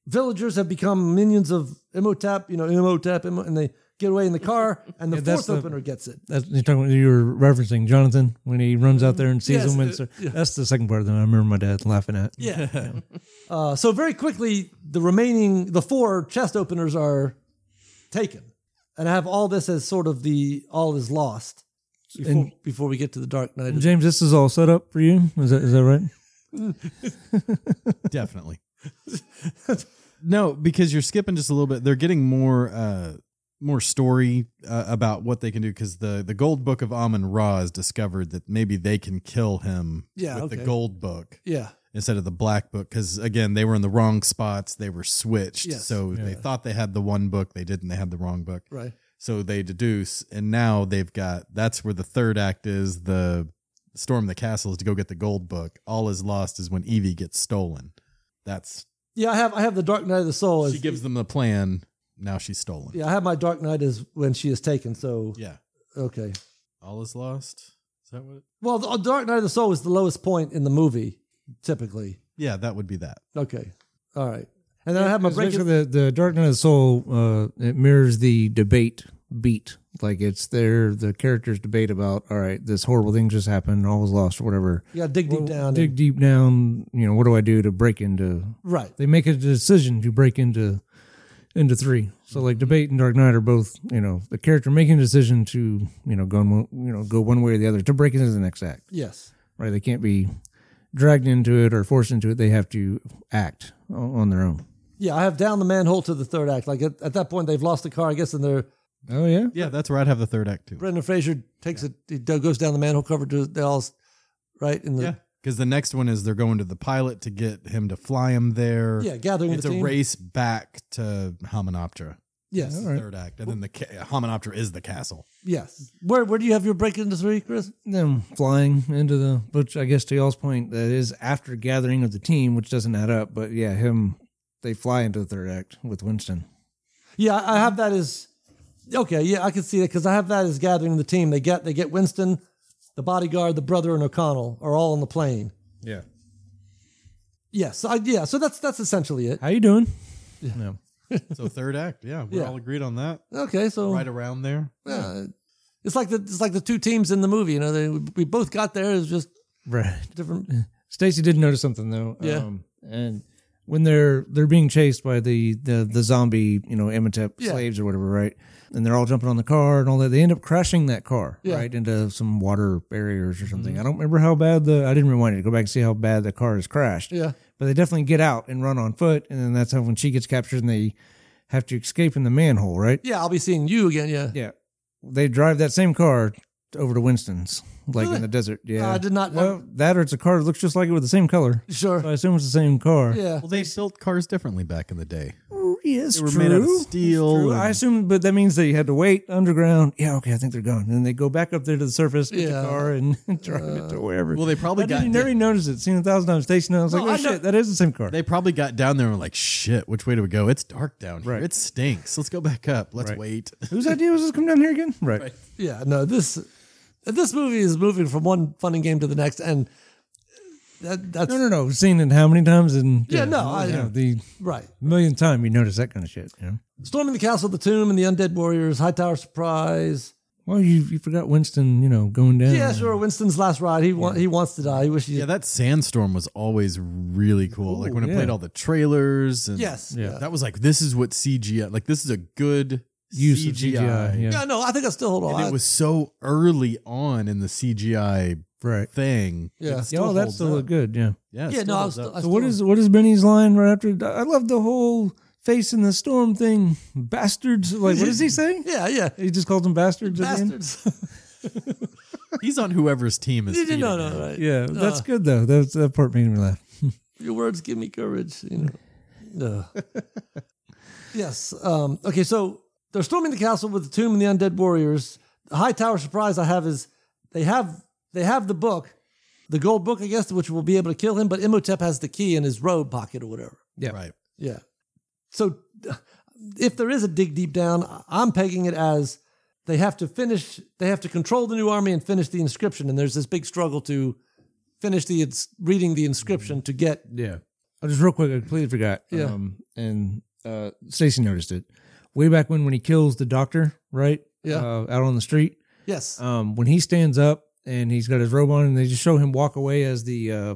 villagers have become minions of Imhotep. You know, Imhotep, Im- and they get away in the car, and the
Yeah, that's
fourth
the-
opener gets it.
That's you're talking. You were referencing Jonathan when he runs out there and sees
Yes,
him. And
uh,
so,
yeah.
That's the second part that I remember my dad laughing at.
Yeah. uh, so very quickly, the remaining the four chest openers are taken, and I have all this as sort of the all is lost. Before,
And-
before we get to the Dark Knight, of-
James, this is all set up for you. Is that is that right?
Definitely. no, because you're skipping just a little bit. They're getting more uh more story uh, about what they can do because the the gold book of Amun Ra has discovered that maybe they can kill him
Yeah,
with
okay.
the gold book
yeah,
instead of the black book because again they were in the wrong spots they were switched
Yes.
so they thought they had the one book they didn't they had the wrong book
right.
so they deduce and now they've got that's where the third act is the storm the castle is to go get the gold book all is lost is when evie gets stolen that's
Yeah, I have I have the Dark Knight of the Soul. As,
she gives them the plan now she's stolen
Yeah, I have my Dark Knight as when she is taken. So
Yeah.
okay.
all is lost is that what
Well, the uh, Dark Knight of the Soul is the lowest point in the movie, typically.
yeah that would be that
Okay, all right. And then I have my
It's
break.
basically the the Dark Knight of the Soul. Uh, it mirrors the debate beat. Like it's their the characters debate about. All right, this horrible thing just happened. All was lost. or Whatever.
Yeah, dig deep down.
Dig deep down. You know, what do I do to break into
right.
they make a decision to break into into three. So like debate and Dark Knight are both you know the character making a decision to you know go in one- you know go one way or the other to break into the next act.
Yes.
Right? They can't be dragged into it or forced into it. They have to act o- on their own.
Yeah, I have down the manhole to the third act. Like at, at that point, they've lost the car, I guess, and they're
Oh yeah.
yeah that's where i'd have the third act too
Brendan Fraser takes it. He do- goes down the manhole cover to the Dallas, right in the
yeah because the next one is they're going to the pilot to get him to fly him there
Yeah, gathering
it's
the
a
team.
race back to hominoptera
Yes,
It's the third act, and then the ca- Hominopter is the castle.
yes. Where where do you have your break into three, Chris?
Them flying into the which I guess to y'all's point that is after gathering of the team, which doesn't add up. But yeah, him they fly into the third act with Winston.
Yeah, I I have that as okay. Yeah, I can see that because I have that as gathering the team. They get they get Winston, the bodyguard, the brother, and O'Connell are all on the plane.
Yeah.
Yes, I, yeah. So that's that's essentially it.
How you doing? No.
So third act, yeah, we're
Yeah.
all agreed on that.
Okay, so
Right around there.
yeah, it's like the it's like the two teams in the movie. You know, they we both got there. It's just
Right.
different.
Stacy did notice something though.
Yeah.
Um, and when they're they're being chased by the the, the zombie, you know, Imhotep
Yeah.
slaves or whatever, right? And they're all jumping on the car and all that. They end up crashing that car
Yeah. Mm-hmm.
right into some water barriers or something. I don't remember how bad the I didn't rewind it. Go back and see how bad the car has crashed.
Yeah.
But they definitely get out and run on foot, and then that's how when she gets captured and they have to escape in the manhole, right?
Yeah, I'll be seeing you again. Yeah.
Yeah. they drive that same car over to Winston's, like
Really?
in the desert. Yeah,
I did not know.
Well, that or it's a car that looks just like it with the same color.
Sure.
So I assume it's the same car.
yeah.
Well, they built cars differently back in the day.
Yes,
They were made out of steel and-
I assume, but that means they had to wait underground. Yeah, okay, I think they're gone. And then they go back up there to the surface, get
Yeah.
the car, and drive it to wherever.
Well, they probably
I didn't
got
even- never even noticed it. Seen it a thousand times. Station, I was
No,
like, oh
I know-
shit, that is the same car.
they probably got down there and were like, "Shit, which way do we go? It's dark down here.
Right.
It stinks. Let's go back up. Let's wait."
Whose idea was this? Come down here again, right?
Right.
Yeah. No, this this movie is moving from one funny game to the next, and that, that's
No, no, no. We've seen it how many times? And
Yeah, no, I-
you know, the
right.
millionth time you notice that kind of shit. You know?
Storming the castle, the tomb, and the undead warriors. Hightower surprise.
Well, you you forgot Winston. You know, going down.
Yeah, sure. Winston's last ride. He wa- he wants to die. He wishes.
Yeah, that sandstorm was always really cool. like when I
yeah.
played all the trailers. And
yes.
Yeah.
Yeah.
that was like this is what CGI. Like this is a good
Use of
CGI.
CGI, yeah.
Yeah, No, I think I still hold on.
And
I-
it was so early on in the CGI
right.
thing.
Yeah.
it
Yeah,
Yeah,
still
oh, that
holds
still
up.
looked good. Yeah.
Yeah, it
yeah.
still
No, I
holds
was.
up.
I
So
still,
what is what is Benny's line right after? I love the whole face in the storm thing, bastards. Like, what does he say?
Yeah. Yeah.
He just calls them bastards. At the end?
Bastards.
he's on whoever's team is.
no,
feeding
no,
him.
no. Right.
Yeah, that's good though. That, that part made me laugh.
your words give me courage you know Ugh. yes um, okay so they're storming the castle with the tomb and the undead warriors the high tower surprise i have is they have they have the book the gold book i guess which will be able to kill him but imhotep has the key in his robe pocket or whatever
Yeah.
Right.
yeah so if there is a dig deep down I- i'm pegging it as they have to finish they have to control the new army and finish the inscription and there's this big struggle to finish the ins- reading the inscription to get
Yeah. Oh, just real quick, I completely forgot.
Yeah.
Um, and uh, Stacy noticed it way back when when he kills the doctor, right?
Yeah.
Uh, out on the street.
yes
Um, when he stands up and he's got his robe on, and they just show him walk away as the uh,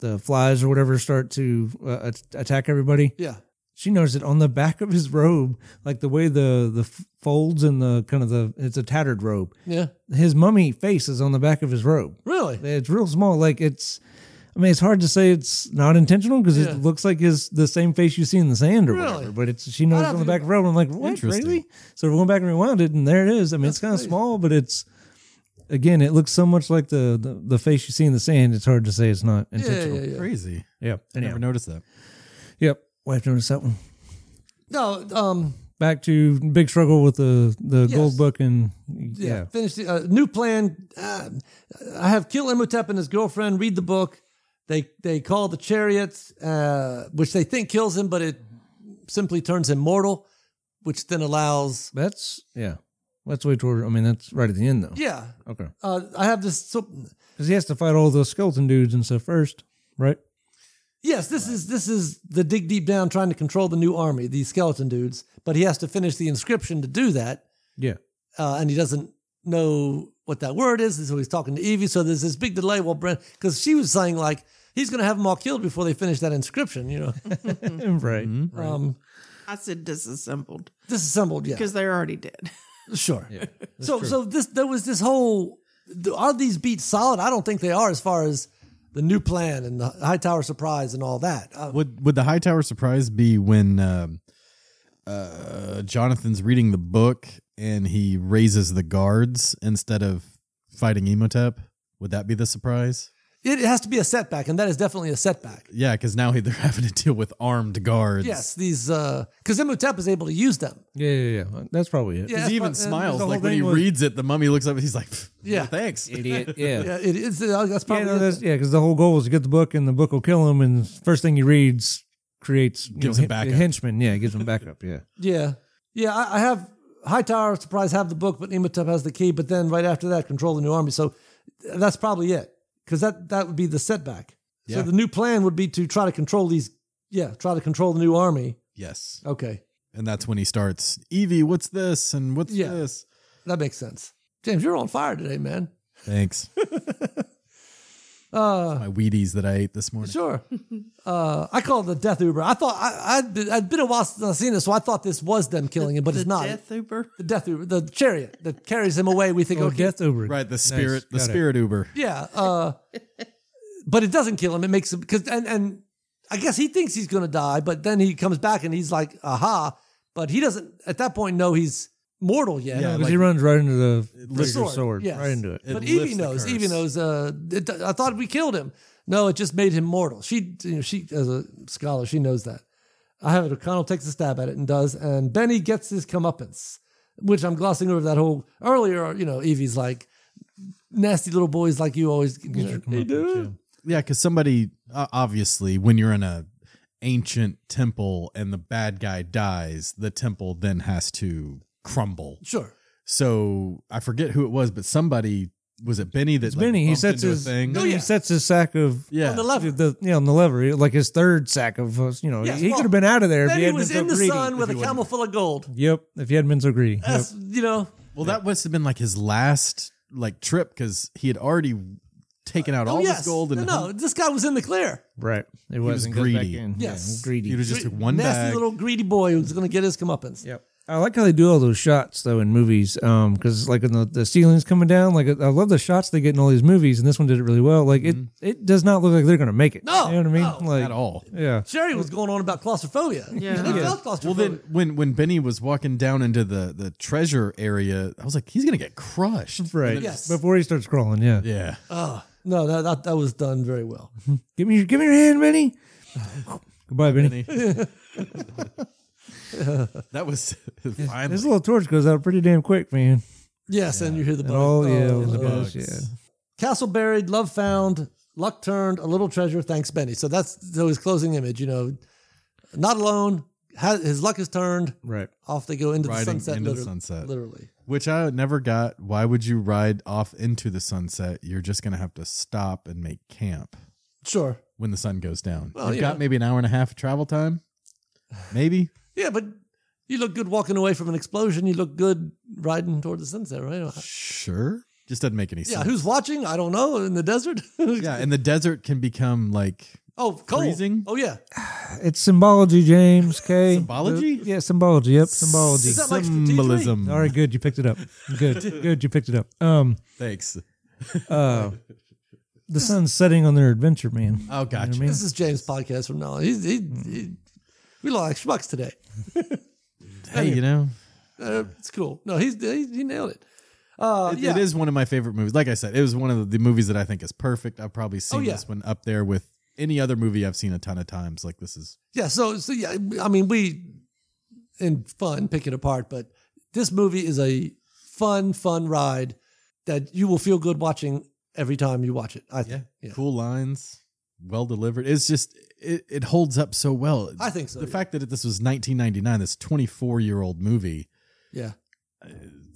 the flies or whatever start to uh, at- attack everybody.
Yeah.
She noticed it on the back of his robe, like the way the the f- folds and the kind of the it's a tattered robe.
Yeah.
His mummy face is on the back of his robe.
Really?
It's real small. Like it's, I mean, it's hard to say it's not intentional because
Yeah.
it looks like his the same face you see in the sand or
Really?
whatever. But it's she knows
have
on the
to-
back of the road. I'm like, what?
Interesting.
Really? So we went back and rewound it, and there it is. I mean, it's kind of
crazy.
small, but it's again, it looks so much like the, the the face you see in the sand. It's hard to say it's not
Yeah,
intentional.
yeah, yeah.
Crazy.
Yeah.
I never
Anyhow.
noticed that.
Yep. Wife noticed that one.
No, um,
Back to big struggle with the the
Yes.
gold book and
yeah.
yeah.
Finish the uh, new plan. Uh, I have kill Imhotep and his girlfriend. Read the book. They they call the chariots, uh, which they think kills him, but it simply turns him mortal, which then allows.
That's yeah. That's way toward. I mean, that's right at the end though.
Yeah,
Okay.
uh, I have this. So,
Because he has to fight all those skeleton dudes and stuff first, right?
yes, this is this is the dig deep down trying to control the new army, these skeleton dudes. But he has to finish the inscription to do that.
Yeah.
uh, and he doesn't know what that word is. And so he's talking to Evie. So there's this big delay while Brent, because she was saying like he's going to have them all killed before they finish that inscription. You know,
Mm-hmm. right.
um,
I said disassembled
disassembled. Yeah,
because they're already dead.
sure. so so this there was this whole. Are these beats solid? I don't think they are as far as the new plan and the high tower surprise and all that. Uh,
Would Would the Hightower surprise be when um, uh, Jonathan's reading the book and he raises the guards instead of fighting Emotep? Would that be the surprise?
it has to be a setback, and that is definitely a setback.
Yeah, because now they're having to deal with armed guards.
Yes, these because Imhotep is able to use them.
Yeah, yeah, yeah. That's probably it.
Yeah,
Because he even
that's- and there's
smiles.
the
Like
whole
when he
thing was-
reads it, the mummy looks up and he's like,
Yeah.
yeah, thanks.
Idiot. Yeah.
Yeah, it is. uh, That's
Yeah,
probably
no,
it.
that's, yeah, because the whole goal is to get the book, and the book will kill him. And first thing he reads creates you
Gives
know,
him
hen-
backup.
henchman. Yeah, gives him backup. Yeah,
Yeah. Yeah, I, I have Hightower Surprise have the book, but Imhotep has the key. But then right after that, control the new army. So that's probably it, because that that would be the setback. So
Yeah.
the new plan would be to try to control these. Yeah, try to control the new army.
Yes.
Okay,
And that's when he starts, Evie, what's this? And what's
Yeah.
this?
that makes sense. James, you're on fire today, man.
Thanks.
Uh,
My Wheaties that I ate this morning.
sure. Uh, I call it the death Uber. I thought I, I'd been, I'd been a while since I've seen this, so I thought this was them killing him, but
the
it's not.
death Uber.
The death Uber, the chariot that carries him away. We think,
oh,
okay,
death over
Right. The spirit, the
got it.
spirit Uber.
Yeah, uh, but it doesn't kill him. It makes him because and and I guess he thinks he's going to die, but then he comes back and he's like, "Aha!" But he doesn't at that point know he's mortal yet.
Yeah,
Because
like-
he runs right into the, the
sword,
sword,
yes.
right into it.
It
but
lifts
Evie
the
knows.
curse.
Evie knows. Uh, it, I thought we killed him. No, it just made him mortal. She, you know, she as a scholar, she knows that. I have it. O'Connell takes a stab at it and does, and Benny gets his comeuppance, which I'm glossing over that whole earlier. You know, Evie's like nasty little boys like you always. You know, they do.
Yeah, because somebody uh, obviously, when you're in a ancient temple and the bad guy dies, the temple then has to crumble.
Sure.
So I forget who it was, but somebody was it Benny that
It's
like,
Benny. He
bumped
sets
into a
his
thing.
Oh, yeah.
he sets his sack of
Yeah.
On the lever.
the yeah on the lever like his third sack of uh, you know
Yes,
he
well,
could have been out of there. if
Benny
hadn't
was
been so
in the
greedy.
sun with a Uh,
If he
camel full of gold.
wouldn't- Yep, if he hadn't been so greedy. Yep.
That's you know.
Well, that must have been like his last like trip because he had already taken out all
oh,
his
yes.
gold and
no, no, this guy was in the clear.
Right, it
was
wasn't goes back
greedy.
in.
Yes.
Yeah, greedy.
he was just took one
nasty
bag.
little greedy boy who's going to get his comeuppance.
Yep. I like how they do all those shots though in movies, um, because like in the, the ceilings coming down, like I love the shots they get in all these movies, and this one did it really well. Like it, it does not look like they're gonna make it.
No,
you know what I mean?
no,
like
Mm-hmm. at all.
Yeah,
Sherry was going on about claustrophobia.
Yeah.
They
Yeah.
felt
Well,
claustrophobia.
then when when Benny was walking down into the the treasure area, I was like, he's gonna get crushed.
right.
Yes.
Before he starts crawling, yeah.
Yeah.
Oh, no, that, that that was done very well.
Give me, your, give me your hand, Benny. Goodbye, Benny.
that was
This
finally.
little torch goes out pretty damn quick, man.
Yes, and you hear the
And
buzz.
Oh,
all yeah, all
Oh, the
the
buzz.
bells,
bugs.
yeah.
Castle buried, love found, luck turned, a little treasure. Thanks, Benny. So that's so his closing image. You know, not alone. Has, his luck is turned.
Right.
Off they go into the
Riding
sunset.
into the
literally-
sunset.
Literally.
Which I never got. Why would you ride off into the sunset? You're just gonna have to stop and make camp
Sure.
when the sun goes down.
Well,
You've
you
got
know.
maybe an hour and a half of travel time. Maybe.
Yeah, but you look good walking away from an explosion. You look good riding toward the sunset, right?
Sure. Just doesn't make any
Yeah,
sense.
who's watching? I don't know. In the desert.
yeah, and the desert can become like
Oh, cold.
Freezing?
Oh yeah.
It's symbology, James K.
Symbology?
Yeah, symbology. Yep, symbology.
Is that like
symbolism.
All right, good. You picked it up. Good, good. You picked it up. Um,
Thanks.
uh, the sun's setting on their adventure, man.
Oh, gotcha.
mean?
This is James' podcast from now on. He's, he, he, we look like schmucks today.
Hey, you know,
Uh, it's cool. No, he's he, he nailed it. Uh,
it,
yeah.
it is one of my favorite movies. Like I said, it was one of the movies that I think is perfect. I've probably seen
Oh, yeah.
this one up there with any other movie I've seen a ton of times. Like this is
Yeah. So, so yeah. I mean, we in fun pick it apart, but this movie is a fun, fun ride that you will feel good watching every time you watch it. I think. Yeah.
cool lines, well delivered. It's just it, it holds up so well.
I think so.
the
yeah.
fact that this was 1999, this 24 year old movie,
yeah.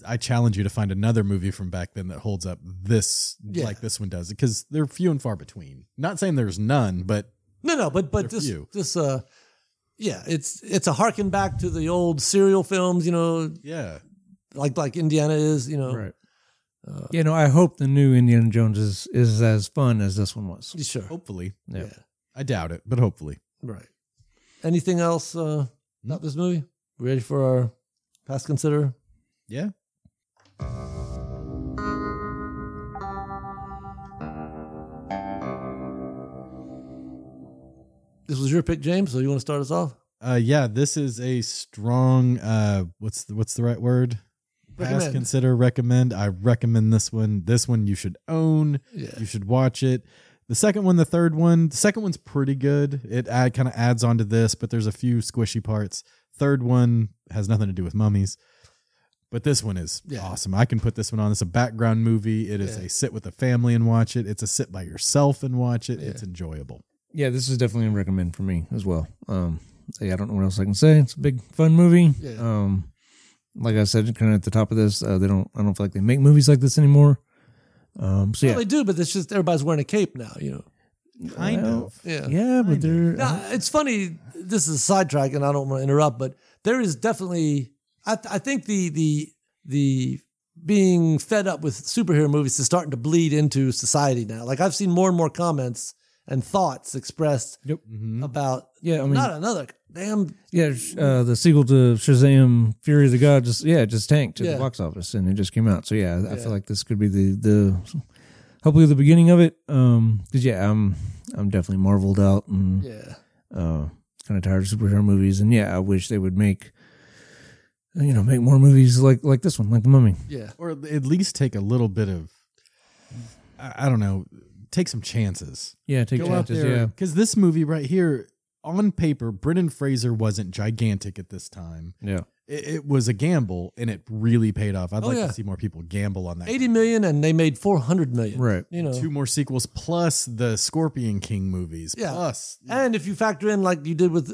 I challenge you to find another movie from back then that holds up this
Yeah.
like this one does because they're few and far between. Not saying there's none, but
No, no, but but
They're
this
few.
this uh, yeah, it's it's a harken back to the old serial films. You know,
yeah,
like like Indiana is. You know,
Right. you know, I hope the new Indiana Jones is, is as fun as this one was.
sure.
hopefully.
Yeah.
I doubt it, but hopefully.
Right. Anything else uh, about
Hmm?
this movie? We ready for our past consider?
Yeah.
This was your pick, James. So you want to start us off?
Uh, yeah, this is a strong. Uh, what's the, what's the right word? Pass,
Recommend.
consider, recommend. I recommend this one. This one you should own.
Yeah.
You should watch it. The second one, the third one, the second one's pretty good. It add, kind of adds on to this, but there's a few squishy parts. Third one has nothing to do with mummies, but this one is
Yeah.
awesome. I can put this one on. It's a background movie. It is
Yeah.
a sit with a family and watch it. It's a sit by yourself and watch it. It's enjoyable.
Yeah, this is definitely a recommend for me as well. Um, yeah, I don't know what else I can say. It's a big fun movie.
Yeah.
Um, like I said, kind of at the top of this, uh, they don't. I don't feel like they make movies like this anymore. Um, so
Well,
yeah,
they do, but it's just everybody's wearing a cape now. You know.
Kind
Well,
of.
Yeah.
yeah, but they're uh,
Now, it's funny. This is a sidetrack, and I don't want to interrupt, but there is definitely. I, th- I think the the the being fed up with superhero movies is starting to bleed into society now. Like I've seen more and more comments and thoughts expressed
Yep.
about
yeah. I mean,
not another damn.
yeah. sh- Uh, the sequel to Shazam: Fury of the God just yeah it just tanked at
Yeah.
the box office and it just came out. So yeah, I- I
Yeah.
feel like this could be the the hopefully the beginning of it. Um, 'cause, yeah, I'm I'm definitely marveled out and
Yeah.
uh, kind of tired of superhero movies. And yeah, I wish they would make you know, make more movies like like this one, like The Mummy.
Yeah.
or at least take a little bit of I, I don't know take some chances
Yeah, take chances. Yeah,
because this movie right here on paper brendan fraser wasn't gigantic at this time
yeah.
it, it was a gamble and it really paid off i'd
Oh,
like
yeah.
to see more people gamble on that
80 million and they made 400 million.
Right.
You know.
two more sequels plus the scorpion king movies
Yeah.
plus
And if you factor in like you did with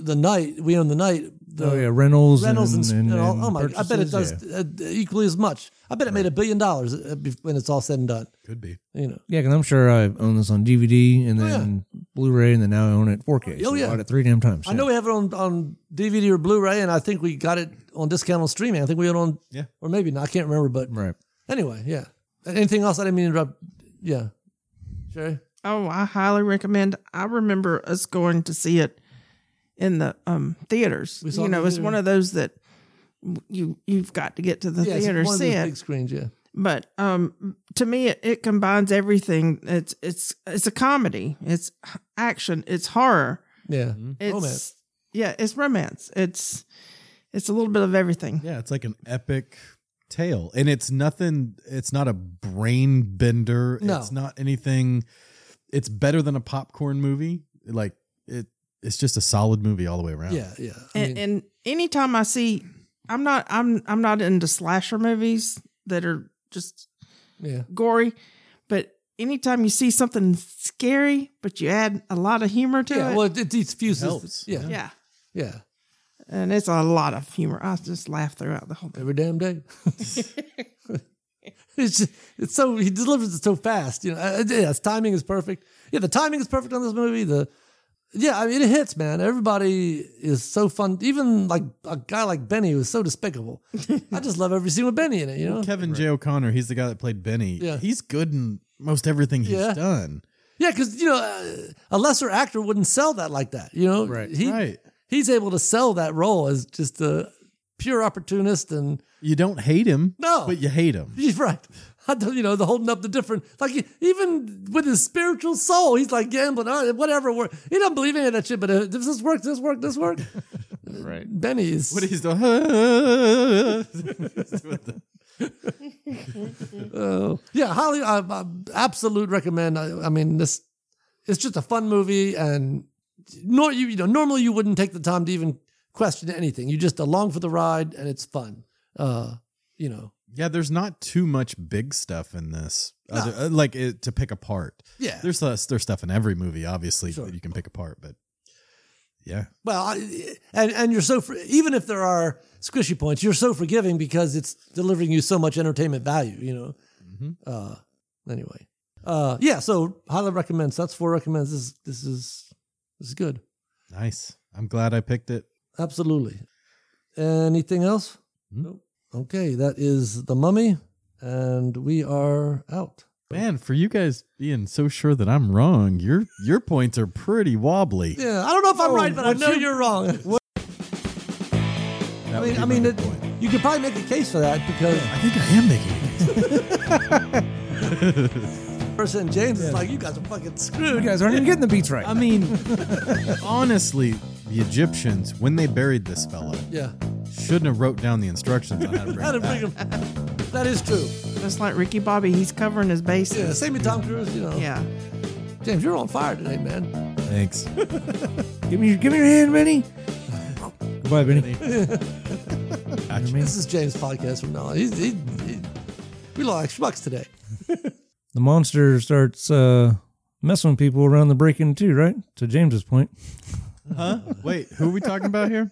the night, we own the night, the
oh yeah, Reynolds,
rentals and,
and,
and, all. oh my! I
purchases,
bet it does
Yeah.
uh, equally as much. I bet it made a billion dollars uh, be- when it's all said and done.
could be
You know.
Yeah, because I'm sure I own this on DVD and
Oh, yeah.
then Blu-ray, and then now I own it 4K.
Oh,
so I
yeah.
bought it three damn times.
I know we have it on, on DVD or Blu-ray, and I think we got it on discount on streaming. I think we had it on,
Yeah.
or maybe not. I can't remember, but
Right.
anyway, yeah. Anything else? I didn't mean to interrupt. Yeah, Sherry.
Oh, I highly recommend. I remember us going to see it in the um theaters.
We saw it
you
in
know,
the
it's
theater.
one of those that you you've got to get to the
yeah, it's
theater
one
to
of those
see it.
big screens. Yeah,
but um to me it, it combines everything. It's it's it's a comedy. It's action. It's horror.
yeah.
Mm-hmm.
It's
Romance.
yeah, it's romance. It's it's a little bit of everything.
yeah it's like an epic tale and it's nothing it's not a brain bender
No.
it's not anything it's better than a popcorn movie like it it's just a solid movie all the way around
Yeah, yeah. I mean,
and, and anytime I see, I'm not I'm I'm not into slasher movies that are just
yeah.
gory, but anytime you see something scary, but you add a lot of humor to
Yeah,
it,
well, it, it diffuses.
Helps.
Yeah, yeah,
yeah, and it's a lot of humor. I just laugh throughout the whole thing.
Every damn day. it's just, it's so he delivers it so fast. You know, Uh, yeah, his timing is perfect. Yeah, the timing is perfect on this movie. The yeah, I mean, it hits, man. Everybody is so fun. Even like a guy like Benny was so despicable. I just love every scene with Benny in it. You know,
Kevin J. O'Connor, he's the guy that played Benny.
Yeah.
He's good in most everything he's
Yeah.
done.
yeah, because you know, uh, a lesser actor wouldn't sell that like that. You know,
Right.
He
right.
he's able to sell that role as just a pure opportunist and
You don't hate him.
No.
But you hate him.
He's right. I don't, you know, the holding up the different, like even with his spiritual soul, he's like gambling, uh, whatever. Work. He doesn't believe any of that shit, but uh, does this work? Does this work? Does this work?
Right.
Benny is,
But he's the
uh, yeah, highly, I, I absolute recommend. I, I mean, this, it's just a fun movie, and nor you, you know, normally you wouldn't take the time to even question anything. You just along for the ride, and it's fun. Uh, you know,
Yeah, there's not too much big stuff in this.
No.
Other, uh, like it, to pick apart.
yeah.
There's uh, there's stuff in every movie, obviously,
Sure.
that you can pick apart, but yeah.
Well, I- and and you're so fr- even if there are squishy points, you're so forgiving because it's delivering you so much entertainment value. You know.
Mhm.
Uh, anyway, uh, yeah. So highly recommends. That's four recommends. This this is this is good.
Nice. I'm glad I picked it.
Absolutely. Anything else?
Nope.
Okay, that is the mummy, and we are out.
Man, for you guys being so sure that I'm wrong, your your points are pretty wobbly.
Yeah, I don't know if I'm
Oh,
right, but I
what
know
you-
you're wrong.
That
I
would
mean,
be
I
my
mean,
big
it-
point.
you could probably make a case for that because
I think I am making it.
person James is like, you guys are fucking screwed.
You guys aren't even getting the beats right.
I mean, honestly, the Egyptians, when they buried this fella,
Yeah.
shouldn't have wrote down the instructions on how to bring
That'd
it back.
bring him. That is true.
Just like Ricky Bobby, he's covering his
Yeah,
bases.
same with Tom Cruise, you know.
yeah.
James, you're on fire today, man.
Thanks.
give me, your- give me your hand, Benny. Goodbye, Benny.
This is James' podcast from now on. He's, he, he, we look like schmucks today.
The monster starts uh, messing with people around the break-in too, right? To James's point.
Huh? Wait, who are we talking about here?